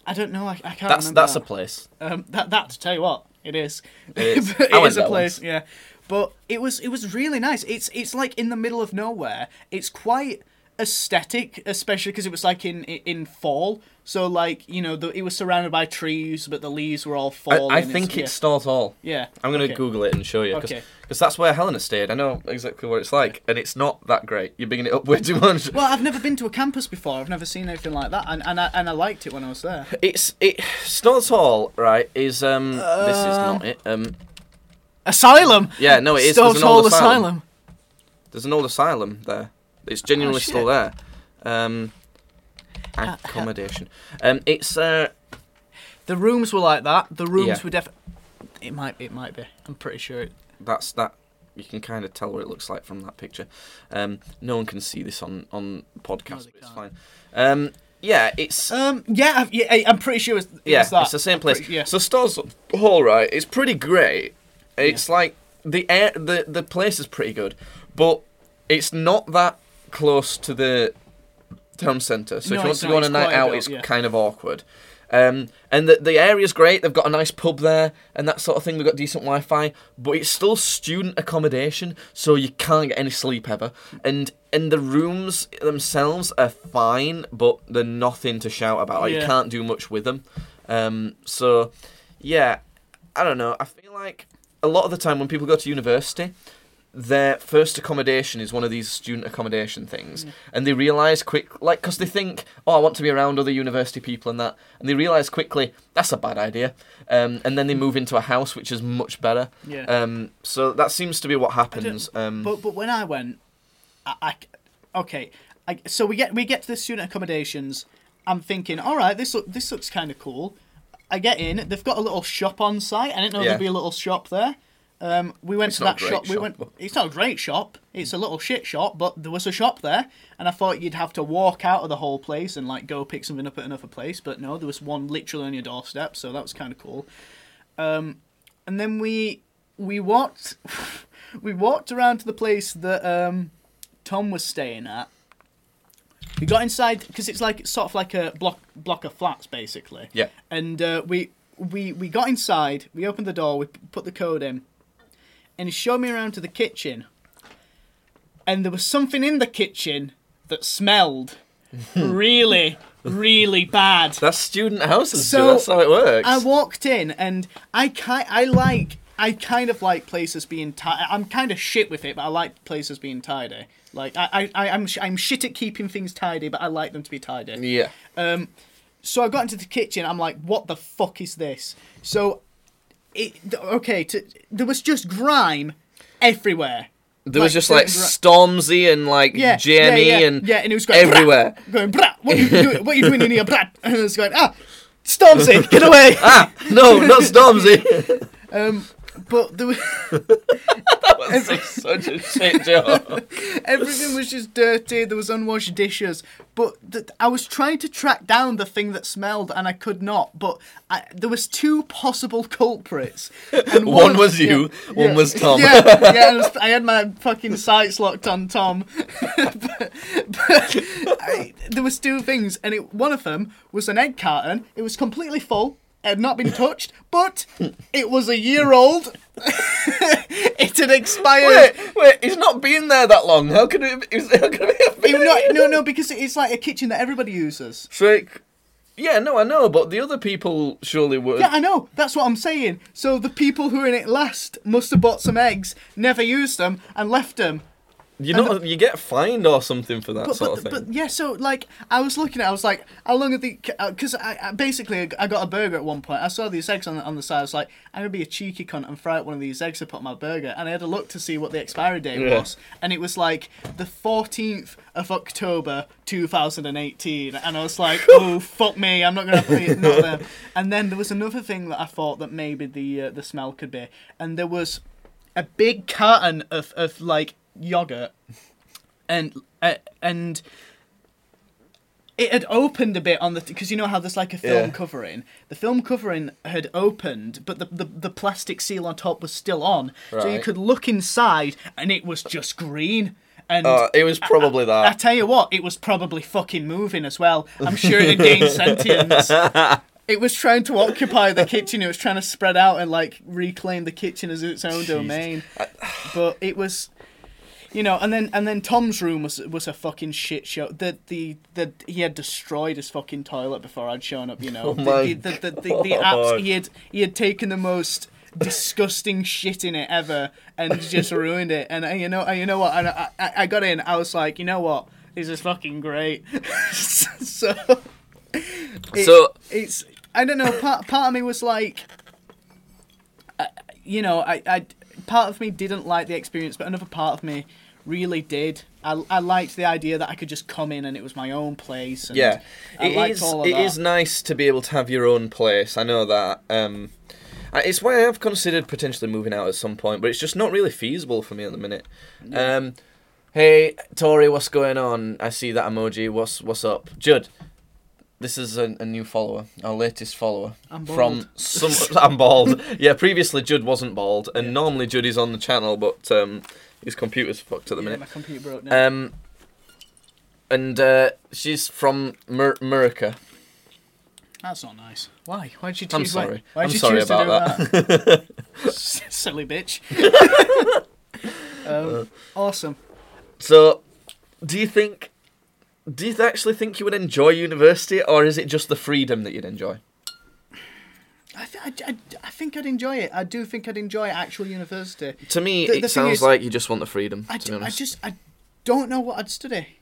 Speaker 1: I don't know. I, I can't
Speaker 2: That's
Speaker 1: remember.
Speaker 2: that's a
Speaker 1: that.
Speaker 2: place.
Speaker 1: Um, that that to tell you what it is.
Speaker 2: It is.
Speaker 1: But
Speaker 2: I
Speaker 1: it
Speaker 2: went
Speaker 1: is
Speaker 2: there
Speaker 1: a place.
Speaker 2: once.
Speaker 1: Yeah, but it was it was really nice. It's it's like in the middle of nowhere. It's quite aesthetic, especially because it was like in in fall. So like you know, the, it was surrounded by trees, but the leaves were all
Speaker 2: I,
Speaker 1: falling.
Speaker 2: I think it's Stoltall.
Speaker 1: yeah. yeah.
Speaker 2: I'm gonna
Speaker 1: okay.
Speaker 2: Google it and show you because
Speaker 1: Okay.
Speaker 2: that's where Helena stayed. I know exactly what it's like, and it's not that great. You're bigging it up way too much.
Speaker 1: Well, I've never been to a campus before. I've never seen anything like that, and and I, and I liked it when I was there.
Speaker 2: It's it Stoltall, right? Is um this is
Speaker 1: Uh.
Speaker 2: not it. Um
Speaker 1: Asylum.
Speaker 2: yeah, no, it is. There's an
Speaker 1: Stovall
Speaker 2: old
Speaker 1: Asylum.
Speaker 2: There's an old asylum there. It's genuinely
Speaker 1: Oh, shit. Uh,
Speaker 2: still there. Um, accommodation. Um, it's uh,
Speaker 1: The rooms were like that. The rooms
Speaker 2: Yeah.
Speaker 1: were definitely. It might. It might be. I'm pretty sure it.
Speaker 2: that's that. You can kind of tell what it looks like from that picture. Um, no one can see this on on podcast,
Speaker 1: they
Speaker 2: but it's
Speaker 1: can't.
Speaker 2: fine. Um, yeah, it's
Speaker 1: Um. Yeah. I've, yeah. I- I'm pretty sure it's. It
Speaker 2: yeah,
Speaker 1: was that.
Speaker 2: it's the same place.
Speaker 1: Pretty- yeah.
Speaker 2: So Stars Hall, right? It's pretty great. It's like the air, the the place is pretty good, but it's not that close to the town centre. So
Speaker 1: No,
Speaker 2: if you want
Speaker 1: it's
Speaker 2: to
Speaker 1: not.
Speaker 2: go on a
Speaker 1: It's
Speaker 2: night
Speaker 1: quite a
Speaker 2: out,
Speaker 1: bit,
Speaker 2: it's
Speaker 1: yeah.
Speaker 2: kind of awkward. Um, and the the area's great. They've got a nice pub there and that sort of thing. They've got decent Wi-Fi, but it's still student accommodation, so you can't get any sleep ever. And and the rooms themselves are fine, but they're nothing to shout about. Like, You
Speaker 1: Yeah.
Speaker 2: can't do much with them. Um, so yeah, I don't know. I feel like a lot of the time when people go to university, their first accommodation is one of these student accommodation things, and they realise quick, like, because they think, oh, I want to be around other university people and that, and they realise quickly that's a bad idea, um, and then they move into a house which is much better.
Speaker 1: Yeah.
Speaker 2: Um, so that seems to be what happens. Um,
Speaker 1: But but when I went, I, I c- okay. I, so we get we get to the student accommodations. I'm thinking, all right, this look this looks kind of cool. I get in. They've got a little shop on site. I didn't know
Speaker 2: Yeah.
Speaker 1: there'd be a little shop there. Um, we went to
Speaker 2: not
Speaker 1: that
Speaker 2: a great
Speaker 1: shop. We
Speaker 2: shop,
Speaker 1: went.
Speaker 2: but-
Speaker 1: It's not a great shop. It's a little shit shop, but there was a shop there, and I thought you'd have to walk out of the whole place and like go pick something up at another place. But no, there was one literally on your doorstep, so that was kind of cool Um, and then we we walked we walked around to the place that um, Tom was staying at. We got inside because it's like sort of like a block block of flats basically.
Speaker 2: Yeah.
Speaker 1: And uh, we we we got inside. We opened the door. We p- put the code in, and he showed me around to the kitchen. And there was something in the kitchen that smelled really really bad.
Speaker 2: That's student houses.
Speaker 1: So,
Speaker 2: So that's how it works.
Speaker 1: I walked in and I ki- I like I kind of like places being tidy. I'm kind of shit with it, but I like places being tidy. Like I I I- I'm sh- I'm shit at keeping things tidy, but I like them to be tidy.
Speaker 2: yeah.
Speaker 1: So I got into the kitchen. I'm like, what the fuck is this? So, it th- okay. To, there was just grime everywhere.
Speaker 2: There was just
Speaker 1: the
Speaker 2: like
Speaker 1: gri-
Speaker 2: Stormsy and like
Speaker 1: yeah,
Speaker 2: Jamie
Speaker 1: yeah, yeah,
Speaker 2: and
Speaker 1: yeah, and it was going "Brah!"
Speaker 2: everywhere.
Speaker 1: going brah, what are you doing? What are you doing in here, brah? And it was going ah, Stormzy, get away!
Speaker 2: ah, no, not Stormzy.
Speaker 1: But there was,
Speaker 2: such a shit job.
Speaker 1: everything was just dirty. There was unwashed dishes. But th- I was trying to track down the thing that smelled, and I could not. But I, there was two possible culprits. And
Speaker 2: One was you, one was Tom.
Speaker 1: Yeah, yeah. I, was, I had my fucking sights locked on Tom. I, there was two things, and it, one of them was an egg carton. It was completely full. It had not been touched, but it was a year old. it had expired.
Speaker 2: Wait, wait, he's not been there that long. How could it? Is, how could it have been?
Speaker 1: It- no, no, no, because it's like a kitchen that everybody uses.
Speaker 2: So, like, yeah, no, I know, but the other people surely would.
Speaker 1: Yeah, I know. That's what I'm saying. So the people who were in it last must have bought some eggs, never used them, and left them.
Speaker 2: you know, you get fined or something for that
Speaker 1: But,
Speaker 2: sort
Speaker 1: but,
Speaker 2: of thing.
Speaker 1: but yeah, so like I was looking at, it, I was like, how long are the? Because I, I basically I got a burger at one point. I saw these eggs on the, on the side. I was like, I'm gonna be a cheeky cunt and fry up one of these eggs I put on my burger. And I had a look to see what the expiry date
Speaker 2: Yeah.
Speaker 1: was, and it was like the 14th of October 2018. And I was like, oh fuck me, I'm not gonna have to eat not them. And then there was another thing that I thought that maybe the uh, the smell could be, and there was a big carton of of like yogurt and uh, and it had opened a bit on the because you know how there's like a film
Speaker 2: Yeah.
Speaker 1: covering. The film covering had opened, but the, the the plastic seal on top was still on, so you
Speaker 2: Right.
Speaker 1: could look inside and it was just green. And
Speaker 2: Uh, it was probably that.
Speaker 1: I tell you what, it was probably fucking moving as well. I'm sure it had gained sentience. It was trying to occupy the kitchen. It was trying to spread out and like reclaim the kitchen as its own domain. But it was, you know, and then and then Tom's room was was a fucking shit show. The the the he had destroyed his fucking toilet before I'd shown up. You know, the,
Speaker 2: my
Speaker 1: the, the, the, the, the apps
Speaker 2: God.
Speaker 1: he had he had taken the most disgusting shit in it ever and just ruined it. And uh, you know, uh, you know what? And I, I, I got in. I was like, you know what? This is fucking great. so, it-
Speaker 2: So-
Speaker 1: it's I don't know. Part part of me was like, I, you know, I, I part of me didn't like the experience, but another part of me really did. I, I liked the idea that I could just come in and it was my own place. And
Speaker 2: yeah,
Speaker 1: I
Speaker 2: it
Speaker 1: liked
Speaker 2: is.
Speaker 1: all of
Speaker 2: It
Speaker 1: that.
Speaker 2: is nice to be able to have your own place. I know that. Um, I- it's why I have considered potentially moving out at some point, but it's just not really feasible for me at the minute. Um, hey, Tori, what's going on? I see that emoji. What's what's up, Judd? This is a, a new follower, our latest follower
Speaker 1: I'm bald.
Speaker 2: from some. I'm bald. Yeah, previously Judd wasn't bald, and normally Judd is on the channel, but um, his computer's fucked at the
Speaker 1: Yeah,
Speaker 2: minute.
Speaker 1: my computer broke now.
Speaker 2: Um, and uh, she's from Mer- America.
Speaker 1: That's not nice. Why? Why'd you choose?
Speaker 2: I'm sorry.
Speaker 1: Why, why'd
Speaker 2: I'm
Speaker 1: you
Speaker 2: sorry
Speaker 1: choose
Speaker 2: about
Speaker 1: to do that? S- Silly bitch.
Speaker 2: Uh.
Speaker 1: um, awesome.
Speaker 2: So, do you think? Do you actually think you would enjoy university, or is it just the freedom that you'd enjoy?
Speaker 1: I, th- I, I, I think I'd enjoy it. I do think I'd enjoy actual university.
Speaker 2: To me,
Speaker 1: The-
Speaker 2: it
Speaker 1: the thing
Speaker 2: sounds
Speaker 1: is-
Speaker 2: like you just want the freedom.
Speaker 1: I,
Speaker 2: to
Speaker 1: d-
Speaker 2: be
Speaker 1: I
Speaker 2: honest,
Speaker 1: just I don't know what I'd study.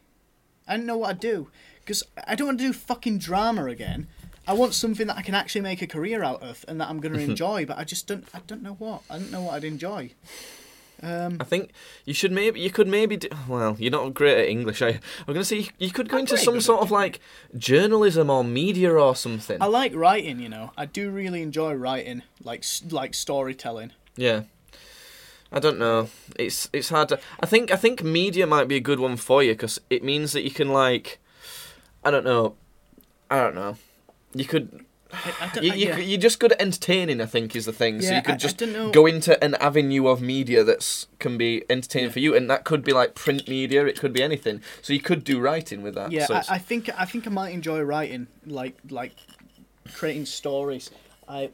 Speaker 1: I don't know what I'd do because I don't want to do fucking drama again. I want something that I can actually make a career out of and that I'm going to enjoy. But I just don't. I don't know what. I don't know what I'd enjoy.
Speaker 2: I think you should maybe you could maybe do, well. You're not great at English. I, I'm gonna say you could go
Speaker 1: I'm
Speaker 2: into
Speaker 1: pretty
Speaker 2: some
Speaker 1: good
Speaker 2: sort
Speaker 1: at
Speaker 2: of like journalism or media or something.
Speaker 1: I like writing. You know, I do really enjoy writing, like s- like storytelling.
Speaker 2: Yeah. I don't know. It's it's hard to. I think I think media might be a good one for you because it means that you can like, I don't know, I don't know. You could
Speaker 1: I, I don't,
Speaker 2: you
Speaker 1: I-
Speaker 2: you,
Speaker 1: uh, yeah.
Speaker 2: could- you're just good at entertaining. I think is the thing. so
Speaker 1: Yeah,
Speaker 2: you could
Speaker 1: I- I
Speaker 2: just
Speaker 1: don't know.
Speaker 2: go into an avenue of media that's can be entertaining for you, and that could be like print media. It could be anything. So you could do writing with that.
Speaker 1: Yeah,
Speaker 2: so it's-
Speaker 1: I, I think I think I might enjoy writing, like like creating stories. I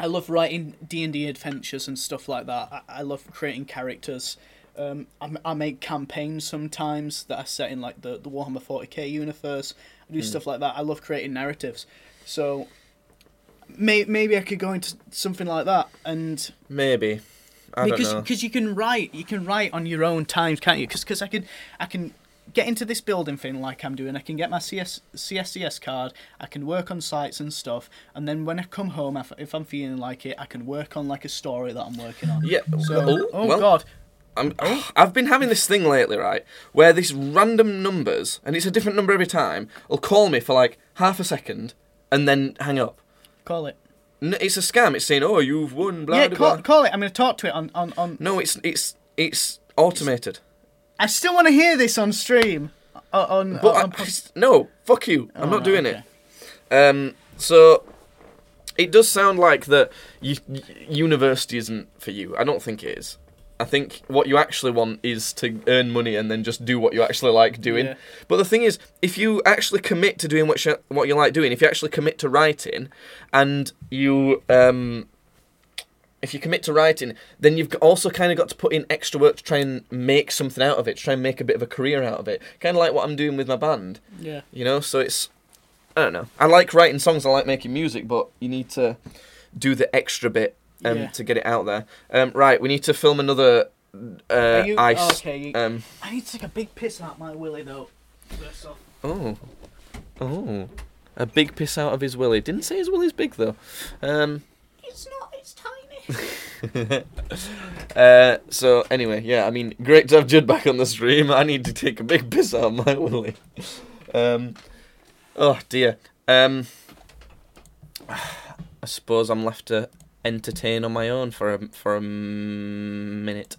Speaker 1: I love writing D and D adventures and stuff like that. I, I love creating characters. Um, I, m- I make campaigns sometimes that are set in like the, the Warhammer 40k universe. do
Speaker 2: Hmm.
Speaker 1: stuff like that. I love creating narratives. So may, maybe I could go into something like that and
Speaker 2: Maybe. I
Speaker 1: because
Speaker 2: don't know.
Speaker 1: because you can write you can write on your own times can't you because i can i can get into this building thing like i'm doing i can get my CS, cscs card i can work on sites and stuff and then when i come home if, if i'm feeling like it i can work on like a story that i'm working on
Speaker 2: Yeah,
Speaker 1: so
Speaker 2: oh,
Speaker 1: oh,
Speaker 2: well-
Speaker 1: god
Speaker 2: I'm, I've been having this thing lately, right, where these random numbers, and it's a different number every time, will call me for like half a second and then hang up.
Speaker 1: call it
Speaker 2: N- It's a scam. It's saying, "Oh, you've won." Blah
Speaker 1: yeah
Speaker 2: blah.
Speaker 1: call,
Speaker 2: blah.
Speaker 1: call it i'm going to talk to it on on, on...
Speaker 2: No, it's it's it's automated.
Speaker 1: i still want to hear this on stream O- on,
Speaker 2: But
Speaker 1: on, Oh,
Speaker 2: I- no, fuck you. I'm not
Speaker 1: right,
Speaker 2: doing it. Um, so it does sound like that you, university isn't for you. I don't think it is. I think what you actually want is to earn money and then just do what you actually like doing.
Speaker 1: Yeah.
Speaker 2: But the thing is, if you actually commit to doing what you, what you like doing, if you actually commit to writing, and you um, if you commit to writing, then you've g- also kind of got to put in extra work to try and make something out of it, to try and make a bit of a career out of it. Kind of like what I'm doing with my band,
Speaker 1: yeah
Speaker 2: you know? So it's, I don't know. I like writing songs, I like making music, but you need to do the extra bit um,
Speaker 1: Yeah.
Speaker 2: to get it out there. Um, right, we need to film another uh,
Speaker 1: Are you- oh,
Speaker 2: ice.
Speaker 1: okay, you-
Speaker 2: Um,
Speaker 1: i need to take a big piss out my willy though First off.
Speaker 2: oh, oh. A big piss out of his willy. Didn't say his willy's big though. Um,
Speaker 1: it's not it's tiny
Speaker 2: Uh, so anyway, yeah, I mean, great to have Judd back on the stream. I need to take a big piss out of my willy. Um, oh dear. Um, I suppose I'm left to entertain on my own for a, for a minute.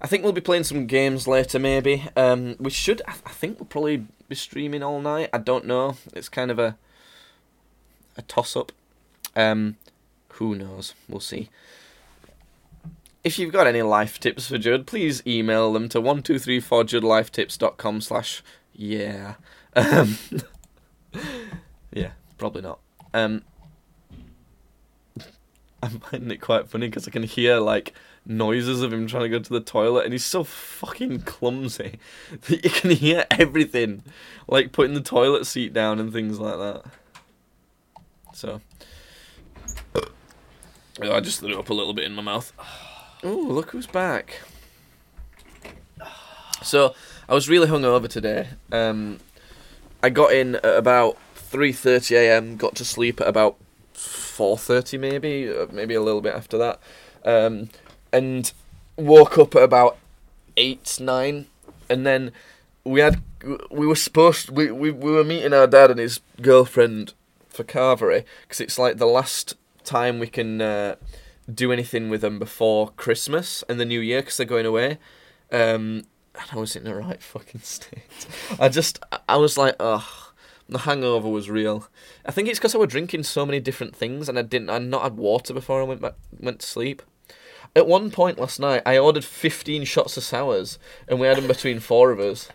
Speaker 2: I think we'll be playing some games later, maybe. Um, we should. I, I think we'll probably be streaming all night. I don't know. It's kind of a a toss up. Um, who knows? We'll see. If you've got any life tips for Judd, please email them to 1234judlifetips.com slash yeah. Um, yeah, probably not. Um, I'm finding it quite funny because I can hear like noises of him trying to go to the toilet and he's so fucking clumsy that you can hear everything. Like putting the toilet seat down and things like that. So. Oh, I just threw up a little bit in my mouth. Oh, look who's back. So, I was really hungover today. Um, I got in at about 3:30 a.m., got to sleep at about 4:30 maybe, uh, maybe a little bit after that. Um, and woke up at about 8 9 and then we had we were supposed we we, we were meeting our dad and his girlfriend for Carvery because it's like the last time we can uh, do anything with them before Christmas and the New Year because they're going away. Um, and I was in the right fucking state. I just, I was like, ugh. The hangover was real. I think it's because I was drinking so many different things and I didn't. I not had water before I went back, went to sleep. At one point last night, I ordered fifteen shots of sours, and we had them between four of us.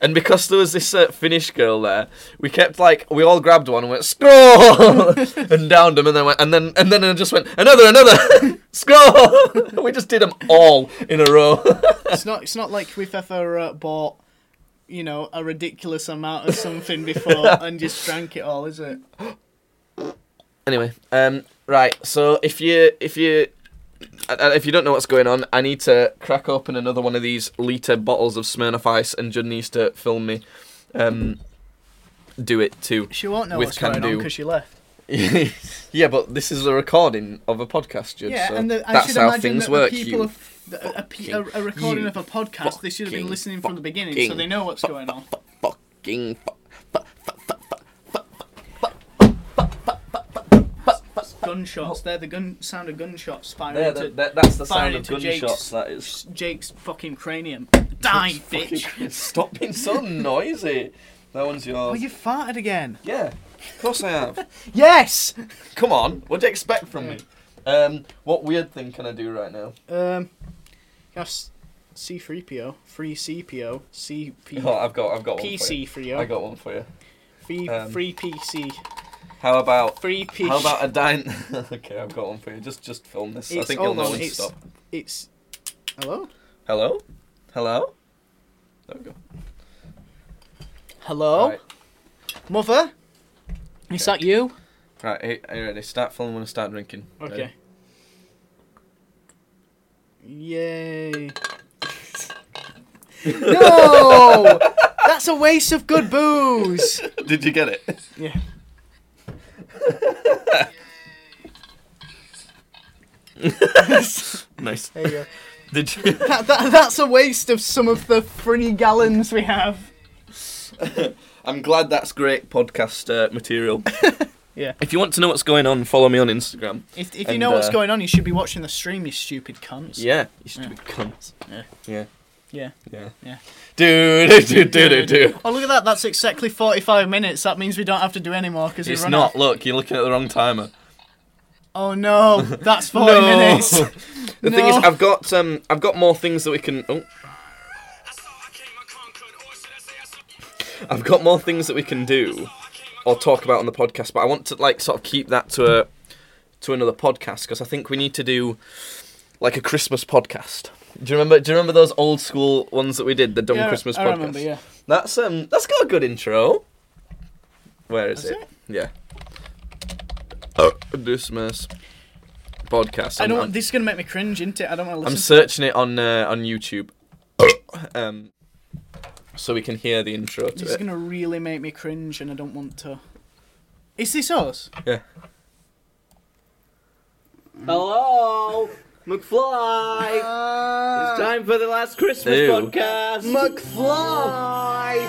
Speaker 2: And because there was this uh, Finnish girl there, we kept like we all grabbed one and went scroll and downed them, and then went and then and then I just went another another scroll. we just did them all in a row.
Speaker 1: it's not it's not like we've ever uh, bought you know a ridiculous amount of something before and just drank it all is it
Speaker 2: anyway, um, right. So if you if you uh, uh, if you don't know what's going on, I need to crack open another one of these liter bottles of Smirnoff Ice, and Judd needs to film me. Um, do it too.
Speaker 1: she won't know
Speaker 2: With
Speaker 1: what's going on
Speaker 2: Candu.
Speaker 1: because she left
Speaker 2: yeah, but this is a recording of a podcast, Judd.
Speaker 1: yeah
Speaker 2: so
Speaker 1: and the, I
Speaker 2: uh, that's
Speaker 1: should
Speaker 2: how
Speaker 1: imagine
Speaker 2: things
Speaker 1: that
Speaker 2: work.
Speaker 1: the
Speaker 2: you
Speaker 1: people of the, a, pe- a, a recording
Speaker 2: you
Speaker 1: of a podcast they should have been
Speaker 2: fucking,
Speaker 1: listening from the beginning so
Speaker 2: fucking
Speaker 1: they know what's going on
Speaker 2: fucking. Fu-
Speaker 1: gunshots they're the gun sound of gunshots firing
Speaker 2: There,
Speaker 1: to
Speaker 2: that- that- that's the
Speaker 1: firing
Speaker 2: sound of
Speaker 1: into Jake's-
Speaker 2: gunshots. That is.
Speaker 1: Jake's fucking cranium die bitch
Speaker 2: Stop being so noisy. That one's yours.
Speaker 1: oh you farted again
Speaker 2: Yeah, of course I have.
Speaker 1: yes
Speaker 2: Come on, what do you expect from me? Um, what weird thing can I do right now?
Speaker 1: um yes C3PO, free CPO, CP,
Speaker 2: Oh, I've got, I've got one. For you.
Speaker 1: PC for you.
Speaker 2: I got one for you.
Speaker 1: Free,
Speaker 2: Um,
Speaker 1: free PC.
Speaker 2: How about?
Speaker 1: Free PC.
Speaker 2: How about a dine? okay, I've got one for you. Just, just film this. I
Speaker 1: It's-
Speaker 2: think you'll
Speaker 1: hold
Speaker 2: know
Speaker 1: on,
Speaker 2: when to
Speaker 1: it's-
Speaker 2: stop.
Speaker 1: It's. Hello?
Speaker 2: Hello, hello. There we go.
Speaker 1: Hello?
Speaker 2: Right.
Speaker 1: Mother, is that you?
Speaker 2: Right, hey, are you ready? Start filming when I start drinking. Ready?
Speaker 1: Okay. Yay. no! That's a waste of good booze!
Speaker 2: Did you get it?
Speaker 1: Yeah.
Speaker 2: nice.
Speaker 1: There you go.
Speaker 2: Did you?
Speaker 1: That, that, that's a waste of some of the three gallons we have.
Speaker 2: I'm glad that's great podcast uh, material.
Speaker 1: Yeah.
Speaker 2: If you want to know what's going on, follow me on Instagram.
Speaker 1: If, if you
Speaker 2: And,
Speaker 1: know what's
Speaker 2: uh,
Speaker 1: going on, you should be watching the stream, you stupid cunts.
Speaker 2: Yeah. You should
Speaker 1: Yeah.
Speaker 2: be cunts.
Speaker 1: Yeah.
Speaker 2: Yeah.
Speaker 1: Yeah.
Speaker 2: Yeah.
Speaker 1: Yeah.
Speaker 2: Do do do do do do.
Speaker 1: Oh, look at that. That's exactly 45 minutes. That means we don't have to do any more because
Speaker 2: It's
Speaker 1: run
Speaker 2: not.
Speaker 1: out-
Speaker 2: Look, you're looking at the wrong timer.
Speaker 1: Oh, no. That's 40 minutes.
Speaker 2: The thing is,
Speaker 1: No.
Speaker 2: I've got um, I've got more things that we can. Oh, I've got more things that we can do or talk about on the podcast, but I want to like sort of keep that to a to another podcast because I think we need to do like a Christmas podcast. Do you remember? Do you remember those old school ones that we did, the Dumb
Speaker 1: Yeah,
Speaker 2: Christmas
Speaker 1: I
Speaker 2: podcast?
Speaker 1: remember, yeah.
Speaker 2: That's um, that's got a good intro. Where is
Speaker 1: Has
Speaker 2: it? Yeah. Oh, Christmas podcast.
Speaker 1: I
Speaker 2: I'm-
Speaker 1: don't
Speaker 2: I'm-
Speaker 1: want, this is going to make me cringe, isn't it? I don't want to listen
Speaker 2: I'm
Speaker 1: to
Speaker 2: searching it on uh, on YouTube, um, so we can hear the intro to
Speaker 1: This is
Speaker 2: it.
Speaker 1: going to really make me cringe and I don't want to. Is this us?
Speaker 2: Yeah.
Speaker 3: Hello, McFly.
Speaker 1: Ah.
Speaker 3: It's time for the last Christmas
Speaker 2: Ew.
Speaker 3: podcast. McFly.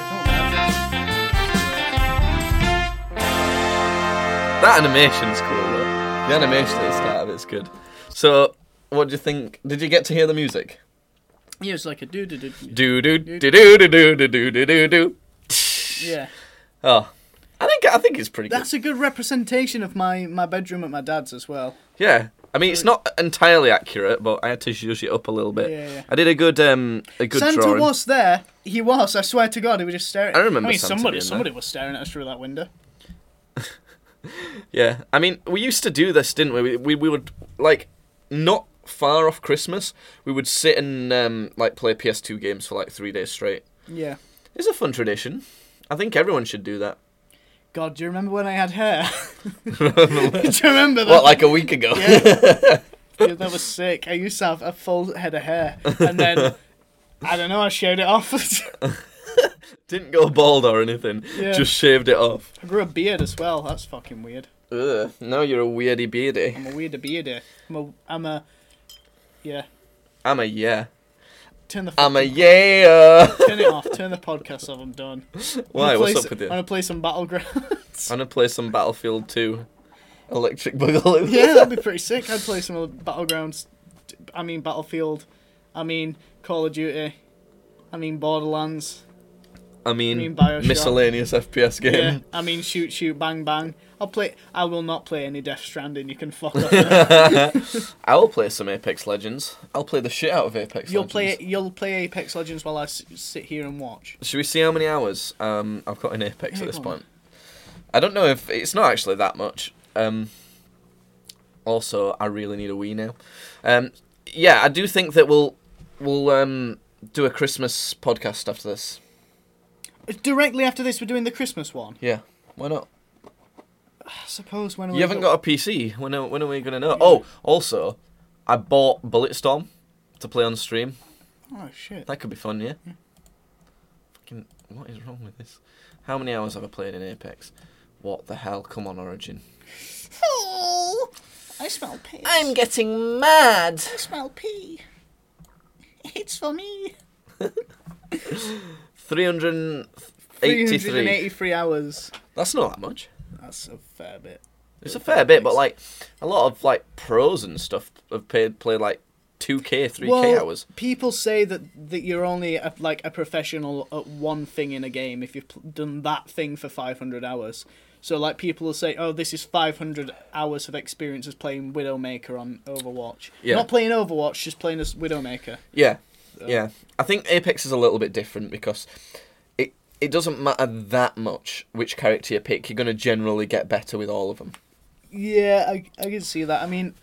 Speaker 2: That animation's cool though. The animation at the start of it's good. So, what do you think? Did you get to hear the music?
Speaker 1: Yeah, it's like a doo doo doo.
Speaker 2: Do do do do do do do do do do do.
Speaker 1: Yeah.
Speaker 2: Oh, I think I think it's pretty good.
Speaker 1: That's a good representation of my, my bedroom at my dad's as well.
Speaker 2: Yeah. I mean, it's not entirely accurate, but I had to zhuzh it up a little bit.
Speaker 1: Yeah, yeah.
Speaker 2: I did a good, um, a good
Speaker 1: Santa
Speaker 2: drawing.
Speaker 1: was there. He was. I swear to God, he was just staring.
Speaker 2: I
Speaker 1: I
Speaker 2: remember
Speaker 1: mean,
Speaker 2: Santa
Speaker 1: somebody
Speaker 2: being there.
Speaker 1: somebody was staring at us through that window.
Speaker 2: Yeah, I mean, we used to do this, didn't we? We we, we would like not far off Christmas, we would sit and um, like play PS2 games for like three days straight.
Speaker 1: Yeah.
Speaker 2: It's a fun tradition. I think everyone should do that.
Speaker 1: God, do you remember when I had hair? do you remember that?
Speaker 2: What, like a week ago?
Speaker 1: Yeah, that was sick. I used to have a full head of hair, and then I don't know. I shaved it off. I
Speaker 2: Didn't go bald or anything.
Speaker 1: Yeah.
Speaker 2: Just shaved it off.
Speaker 1: grew a beard as well. That's fucking weird.
Speaker 2: Ugh, now you're a weirdy beardy.
Speaker 1: I'm a weirder bearder. I'm a. I'm a yeah.
Speaker 2: I'm a yeah.
Speaker 1: Turn the.
Speaker 2: I'm a
Speaker 1: fucking-
Speaker 2: yeah.
Speaker 1: Turn it off. Turn the podcast off. I'm done.
Speaker 2: Why?
Speaker 1: I'm gonna play
Speaker 2: What's
Speaker 1: s-
Speaker 2: up with you?
Speaker 1: I'm gonna play some Battlegrounds.
Speaker 2: I'm gonna play some Battlefield 2 Electric Boogaloo.
Speaker 1: yeah, that'd be pretty sick. I'd play some of the Battlegrounds. I mean Battlefield. I mean Call of Duty. I mean Borderlands.
Speaker 2: I mean,
Speaker 1: mean Bioshock.
Speaker 2: miscellaneous FPS game.
Speaker 1: Yeah, I mean shoot, shoot, bang, bang. I'll play. I will not play any Death Stranding. You can fuck off.
Speaker 2: I will play some Apex Legends. I'll play the shit out of Apex
Speaker 1: you'll
Speaker 2: Legends.
Speaker 1: play. You'll play Apex Legends while I s- sit here and watch.
Speaker 2: Should we see how many hours um, I've got in Apex
Speaker 1: Yeah,
Speaker 2: at this
Speaker 1: go on.
Speaker 2: point? I don't know if it's not actually that much. Um, also, I really need a Wii now. Um, yeah, I do think that we'll we'll um, do a Christmas podcast after this.
Speaker 1: Directly after this, we're doing the Christmas one.
Speaker 2: Yeah, why not?
Speaker 1: I suppose when
Speaker 2: You haven't got a PC. When are, when are we gonna know? Oh, also, I bought Bulletstorm to play on stream.
Speaker 1: Oh shit!
Speaker 2: That could be fun, yeah. Fucking, what is wrong with this? How many hours have I played in Apex? What the hell? Come on, Origin.
Speaker 1: I smell piss.
Speaker 2: getting mad.
Speaker 1: I smell pee. It's for me.
Speaker 2: 383.
Speaker 1: 383 hours.
Speaker 2: That's not that much.
Speaker 1: That's a fair bit.
Speaker 2: It's a fair bit, but like a lot of like pros and stuff have played played like 2k, 3k
Speaker 1: well,
Speaker 2: hours.
Speaker 1: people say that that you're only a, like a professional at one thing in a game if you've pl- done that thing for 500 hours. So like people will say, "Oh, this is 500 hours of experience as playing Widowmaker on Overwatch."
Speaker 2: Yeah.
Speaker 1: Not playing Overwatch, just playing as Widowmaker.
Speaker 2: Yeah, yeah. I think Apex is a little bit different because it it doesn't matter that much which character you pick. You're gonna generally get better with all of them.
Speaker 1: Yeah, I I can see that. I mean,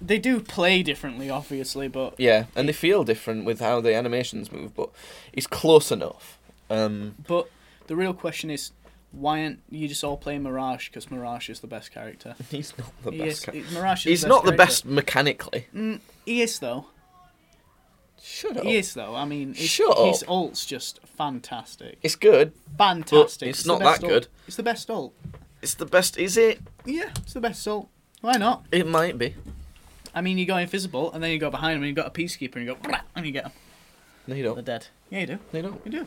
Speaker 1: they do play differently, obviously, but
Speaker 2: Yeah, and they feel different with how the animations move, but it's close enough. Um,
Speaker 1: but the real question is, why aren't you just all playing Mirage? Because Mirage is the best character.
Speaker 2: He's not the
Speaker 1: He is,
Speaker 2: best. ca-
Speaker 1: he- Mirage is
Speaker 2: He's
Speaker 1: the best
Speaker 2: not the
Speaker 1: character.
Speaker 2: best mechanically.
Speaker 1: He is though.
Speaker 2: Shut up.
Speaker 1: Mm. He is though. I mean, his,
Speaker 2: Shut up.
Speaker 1: his ult's just fantastic.
Speaker 2: It's good.
Speaker 1: Fantastic.
Speaker 2: But it's
Speaker 1: the
Speaker 2: not
Speaker 1: best
Speaker 2: that
Speaker 1: ult.
Speaker 2: good.
Speaker 1: It's the best ult.
Speaker 2: It's the best. Is it?
Speaker 1: Yeah, it's the best ult. Why not?
Speaker 2: It might be.
Speaker 1: I mean, you go invisible, and then you go behind him, and you got a peacekeeper, and you go, "Brah," and you get them.
Speaker 2: No, you
Speaker 1: They're
Speaker 2: don't.
Speaker 1: dead. Yeah, you do.
Speaker 2: No, you don't.
Speaker 1: You do.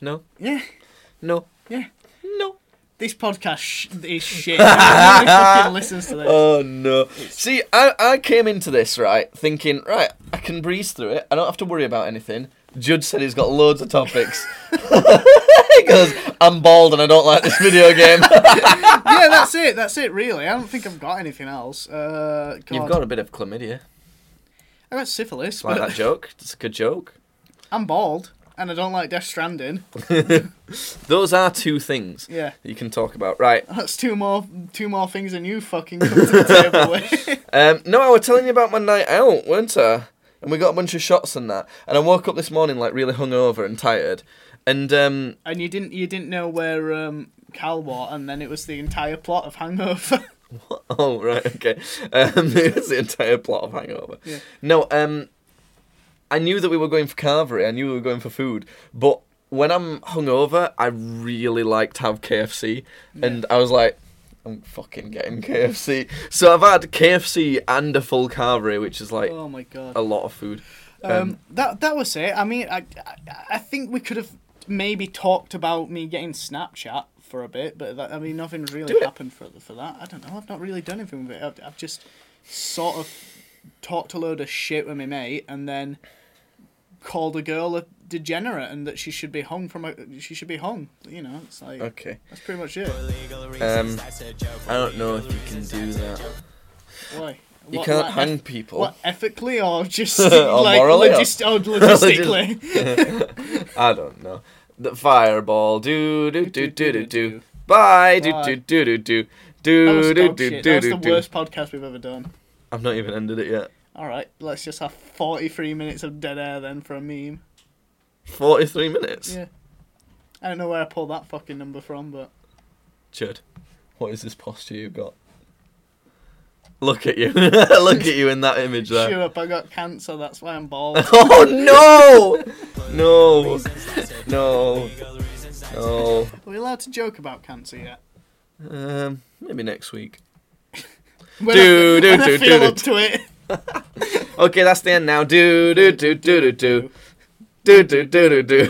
Speaker 2: No.
Speaker 1: Yeah,
Speaker 2: No.
Speaker 1: yeah.
Speaker 2: No.
Speaker 1: This podcast sh- is shit. Nobody fucking listens to this.
Speaker 2: Oh no! See, I, I came into this right thinking, right, I can breeze through it. I don't have to worry about anything. Judd said he's got loads of topics. he goes, "I'm bald and I don't like this video game."
Speaker 1: yeah, that's it. That's it. Really, I don't think I've got anything else. Uh, God.
Speaker 2: You've got a bit of chlamydia.
Speaker 1: I got syphilis,
Speaker 2: Like
Speaker 1: but
Speaker 2: that joke. It's a good joke.
Speaker 1: I'm bald, and I don't like Death Stranding.
Speaker 2: Those are two things
Speaker 1: Yeah,
Speaker 2: you can talk about, right?
Speaker 1: that's two more two more things than you fucking come to the table with.
Speaker 2: Um, no, I was telling you about my night out, weren't I? And we got a bunch of shots and that. And I woke up this morning like really hungover and tired. And um,
Speaker 1: and you didn't you didn't know where um, Cal was, and then it was the entire plot of Hangover.
Speaker 2: oh right, okay. Um, it was the entire plot of Hangover.
Speaker 1: Yeah.
Speaker 2: No, um, I knew that we were going for carvery. I knew we were going for food, but when I'm hungover, I really like to have KFC, and I was like. I'm fucking getting KFC. So I've had KFC and a full carvery, which is like
Speaker 1: oh my god.
Speaker 2: a lot of food.
Speaker 1: Um, that that was it. I mean, I, I I think we could have maybe talked about me getting Snapchat for a bit, but that, I mean, nothing's really
Speaker 2: Do it.
Speaker 1: happened for for that. I don't know. I've not really done anything with it. I've, I've just sort of talked a load of shit with my mate, and then called a girl a degenerate and that she should be hung from a she should be hung. You know, it's like
Speaker 2: Okay.
Speaker 1: that's pretty much it.
Speaker 2: Um, I don't know if you can do that.
Speaker 1: Why?
Speaker 2: You
Speaker 1: What-
Speaker 2: can't
Speaker 1: like,
Speaker 2: hang
Speaker 1: eth-
Speaker 2: people.
Speaker 1: What ethically or just
Speaker 2: Oh. Or
Speaker 1: like
Speaker 2: morally, or-
Speaker 1: logis- or logistically?
Speaker 2: I don't know. The fireball. Do do do do do do. Bye. Do do do do do.
Speaker 1: That was
Speaker 2: Do do
Speaker 1: dog
Speaker 2: do
Speaker 1: shit. That
Speaker 2: do
Speaker 1: was
Speaker 2: do
Speaker 1: the
Speaker 2: do.
Speaker 1: worst podcast we've ever done.
Speaker 2: I've not even ended it yet.
Speaker 1: All right, let's just have 43 minutes of dead air then for a meme.
Speaker 2: Forty-three minutes.
Speaker 1: Yeah. I don't know where I pulled that fucking number from, but
Speaker 2: Chud, what is this posture you've got? Look at you. Look at you in that image
Speaker 1: sure
Speaker 2: there.
Speaker 1: up, I got cancer, that's why I'm bald.
Speaker 2: Oh no! No. No. No.
Speaker 1: Are we allowed to joke about cancer yet?
Speaker 2: Um, maybe next week.
Speaker 1: When
Speaker 2: Do,
Speaker 1: I,
Speaker 2: do,
Speaker 1: when
Speaker 2: do,
Speaker 1: I feel
Speaker 2: do,
Speaker 1: up to it.
Speaker 2: Okay, that's the end now. Do do do do do do do do do do do do.